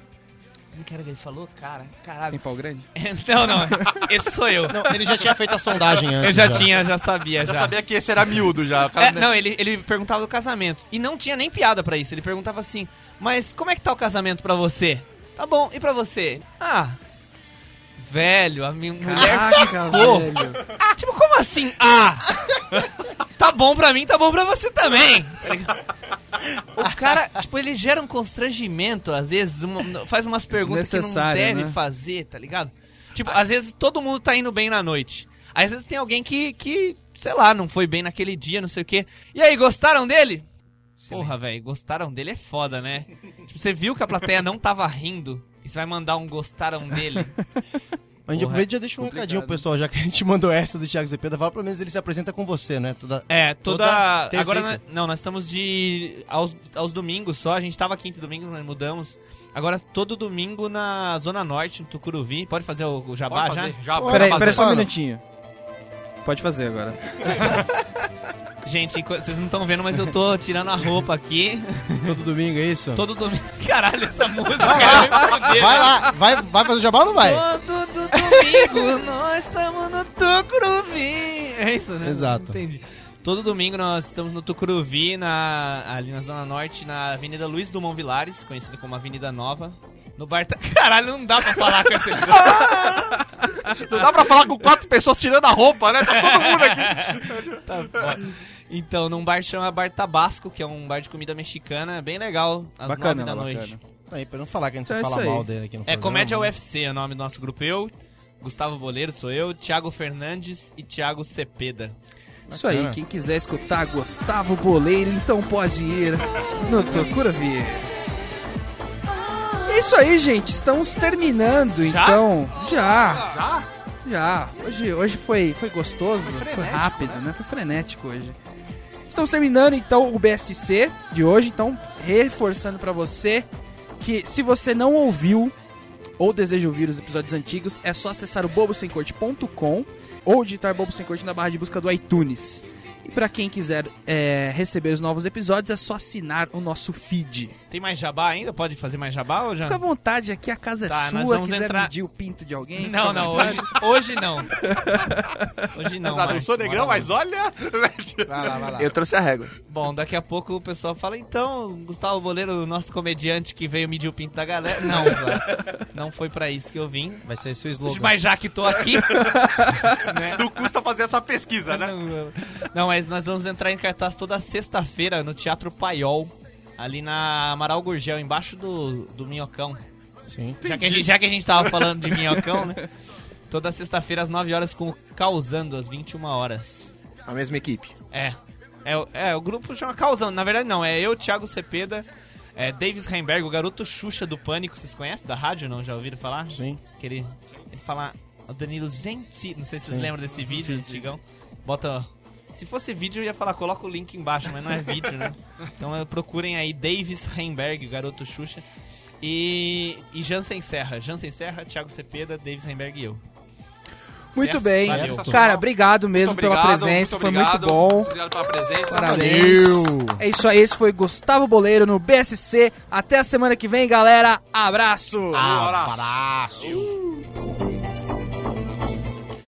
Speaker 4: Como que era que ele falou? Cara, caralho.
Speaker 2: Tem pau grande?
Speaker 4: Não, não. Esse sou eu.
Speaker 3: Não, ele já tinha feito a sondagem antes.
Speaker 4: eu já, tinha, já sabia. Já,
Speaker 5: Já sabia que esse era miúdo já. o cara
Speaker 4: Tá.
Speaker 1: né?
Speaker 4: É, não, ele, ele perguntava do casamento. E não tinha nem piada pra isso. Ele perguntava assim: Mas como é que tá o casamento pra você? Tá bom, e pra você? Ah. Velho, a minha mulher
Speaker 2: Caraca,
Speaker 4: ficou.
Speaker 2: velho.
Speaker 4: Ah, tipo, como assim? Ah! tá bom pra mim, tá bom pra você também. O cara, tipo, ele gera um constrangimento, às vezes, uma- faz umas perguntas que não
Speaker 2: Desnecessário,
Speaker 4: deve
Speaker 2: né?
Speaker 4: fazer, tá ligado? Tipo, às vezes todo mundo tá indo bem na noite. Aí, Às vezes tem alguém que, que, sei lá, não foi bem naquele dia, não sei o quê. E aí, gostaram dele? Porra, velho, gostaram dele é foda, né? Tipo, você viu que a plateia não tava rindo e você vai mandar um gostaram dele.
Speaker 3: A gente
Speaker 4: Porra,
Speaker 3: aproveita e já deixa um
Speaker 2: complicado.
Speaker 3: recadinho pro pessoal, já que a gente mandou essa do Thiago Cepeda. Fala pelo menos ele se apresenta com você, né? Toda...
Speaker 4: É, toda.
Speaker 3: Toda terça,
Speaker 4: agora
Speaker 3: é
Speaker 4: nós- não, nós estamos de. Aos, aos domingos só. A gente tava quinta e domingo, nós mudamos. Agora todo domingo na Zona Norte, no Tucuruvi. Pode fazer o, o jabá
Speaker 5: Pode fazer,
Speaker 4: já?
Speaker 5: já
Speaker 3: Pô,
Speaker 5: já
Speaker 2: Peraí,
Speaker 5: faz-
Speaker 2: peraí só um
Speaker 3: Mano.
Speaker 2: minutinho. Pode fazer agora.
Speaker 4: Gente, co- vocês não estão vendo, mas eu tô tirando a roupa aqui.
Speaker 3: Todo domingo, é isso?
Speaker 4: Todo domingo. Caralho, essa música. é Vai
Speaker 3: Vai lá, vai, vai fazer o jabá ou não vai?
Speaker 4: Todo do domingo nós estamos no Tucuruvi. É isso, né?
Speaker 3: Exato.
Speaker 4: Entendi. Todo domingo nós estamos no Tucuruvi, na, ali na Zona Norte, na Avenida Luiz Dumont Vilares, conhecida como Avenida Nova. No bar. Ta- Caralho, não dá pra falar com esse.
Speaker 5: Não dá pra falar com quatro pessoas tirando a roupa, né? Tá todo mundo aqui.
Speaker 4: Tá foda. Então, num bar chama Bar Tabasco, que é um bar de comida mexicana, É bem legal, às
Speaker 2: Bacana,
Speaker 4: nove da
Speaker 2: bacana. um-
Speaker 4: noite.
Speaker 3: Aí, pra não falar que a gente
Speaker 2: Então é
Speaker 3: fala
Speaker 2: isso aí.
Speaker 3: mal dele aqui no
Speaker 4: É
Speaker 3: programa. né?
Speaker 4: Comédia UFC, é o nome do nosso grupo. Eu, Gustavo Boleiro, sou eu, Thiago Fernandes e Thiago Cepeda.
Speaker 2: Isso aí, quem quiser escutar Gustavo Boleiro, então pode ir no Tocuravi. É isso aí, gente. Estamos terminando, então. Já? Já? Já. Hoje, hoje foi, foi gostoso, foi, rápido, né? Foi frenético hoje. Estamos terminando, então, o BSC de hoje. Então, reforçando pra você que se você não ouviu ou deseja ouvir os episódios antigos, é só acessar o bobosemcorte.com ou digitar Bobo Sem Corte na barra de busca do iTunes. E pra quem quiser é, receber os novos episódios, é só assinar o nosso feed.
Speaker 4: Tem mais jabá ainda? Pode fazer mais jabá ou já?
Speaker 2: Fica à vontade, aqui a casa é
Speaker 4: Tá, nós
Speaker 2: sua,
Speaker 4: vamos
Speaker 2: quiser
Speaker 4: entrar-
Speaker 2: medir o pinto de alguém.
Speaker 4: Não,
Speaker 2: fica à
Speaker 4: não,
Speaker 2: vontade.
Speaker 4: hoje, hoje não. Hoje não.
Speaker 5: Não, eu
Speaker 4: mais,
Speaker 5: sou negrão,
Speaker 4: bora
Speaker 5: mas olha.
Speaker 3: Vai lá,
Speaker 5: é-
Speaker 3: vai lá.
Speaker 1: Eu trouxe a régua.
Speaker 4: lá. Bom, daqui a pouco o pessoal fala, então, Gustavo Boleiro, nosso comediante que veio medir o pinto da galera. Não, Zé, não foi pra isso que eu vim.
Speaker 3: Vai ser seu slogan.
Speaker 4: Mas já que tô aqui. né?
Speaker 5: Do custa fazer essa pesquisa, né?
Speaker 4: Não, Não, mas nós vamos entrar em cartaz toda sexta-feira no Teatro Paiol, ali na Amaral Gurgel, embaixo do, do Minhocão.
Speaker 3: Sim.
Speaker 4: Já que, a gente, já que a gente tava falando de Minhocão, né? Toda sexta-feira às 9 horas com o Causando, às 21 horas.
Speaker 1: A mesma equipe.
Speaker 4: É. É, o- é, o grupo chama Causando. Na verdade, não. É eu, Thiago Cepeda, é Davis Reinberg, o garoto Xuxa do Pânico. Vocês conhecem da rádio, não? Já ouviram falar?
Speaker 3: Sim.
Speaker 4: que ele, ele fala o Danilo Gentili, não sei se vocês
Speaker 3: Sim.
Speaker 4: lembram desse vídeo antigão, bota Se fosse vídeo, eu ia falar, coloca o link embaixo, mas não é vídeo, né? Então eh, procurem aí Davis Reinberg, o garoto Xuxa. E, e Jansen Serra. Jansen Serra, Thiago Cepeda, Davis Reinberg e eu.
Speaker 2: Muito
Speaker 4: Certo?
Speaker 2: bem.
Speaker 4: Valeu.
Speaker 2: Cara, obrigado mesmo
Speaker 7: Muito
Speaker 2: pela
Speaker 7: obrigado,
Speaker 2: presença, foi muito
Speaker 7: obrigado.
Speaker 2: bom.
Speaker 7: Obrigado pela presença.
Speaker 2: Parabéns. É isso aí, esse foi Gustavo Boleiro no
Speaker 4: Ah.
Speaker 2: BSC. Até a semana que vem, galera. Abraço!
Speaker 3: Abraço.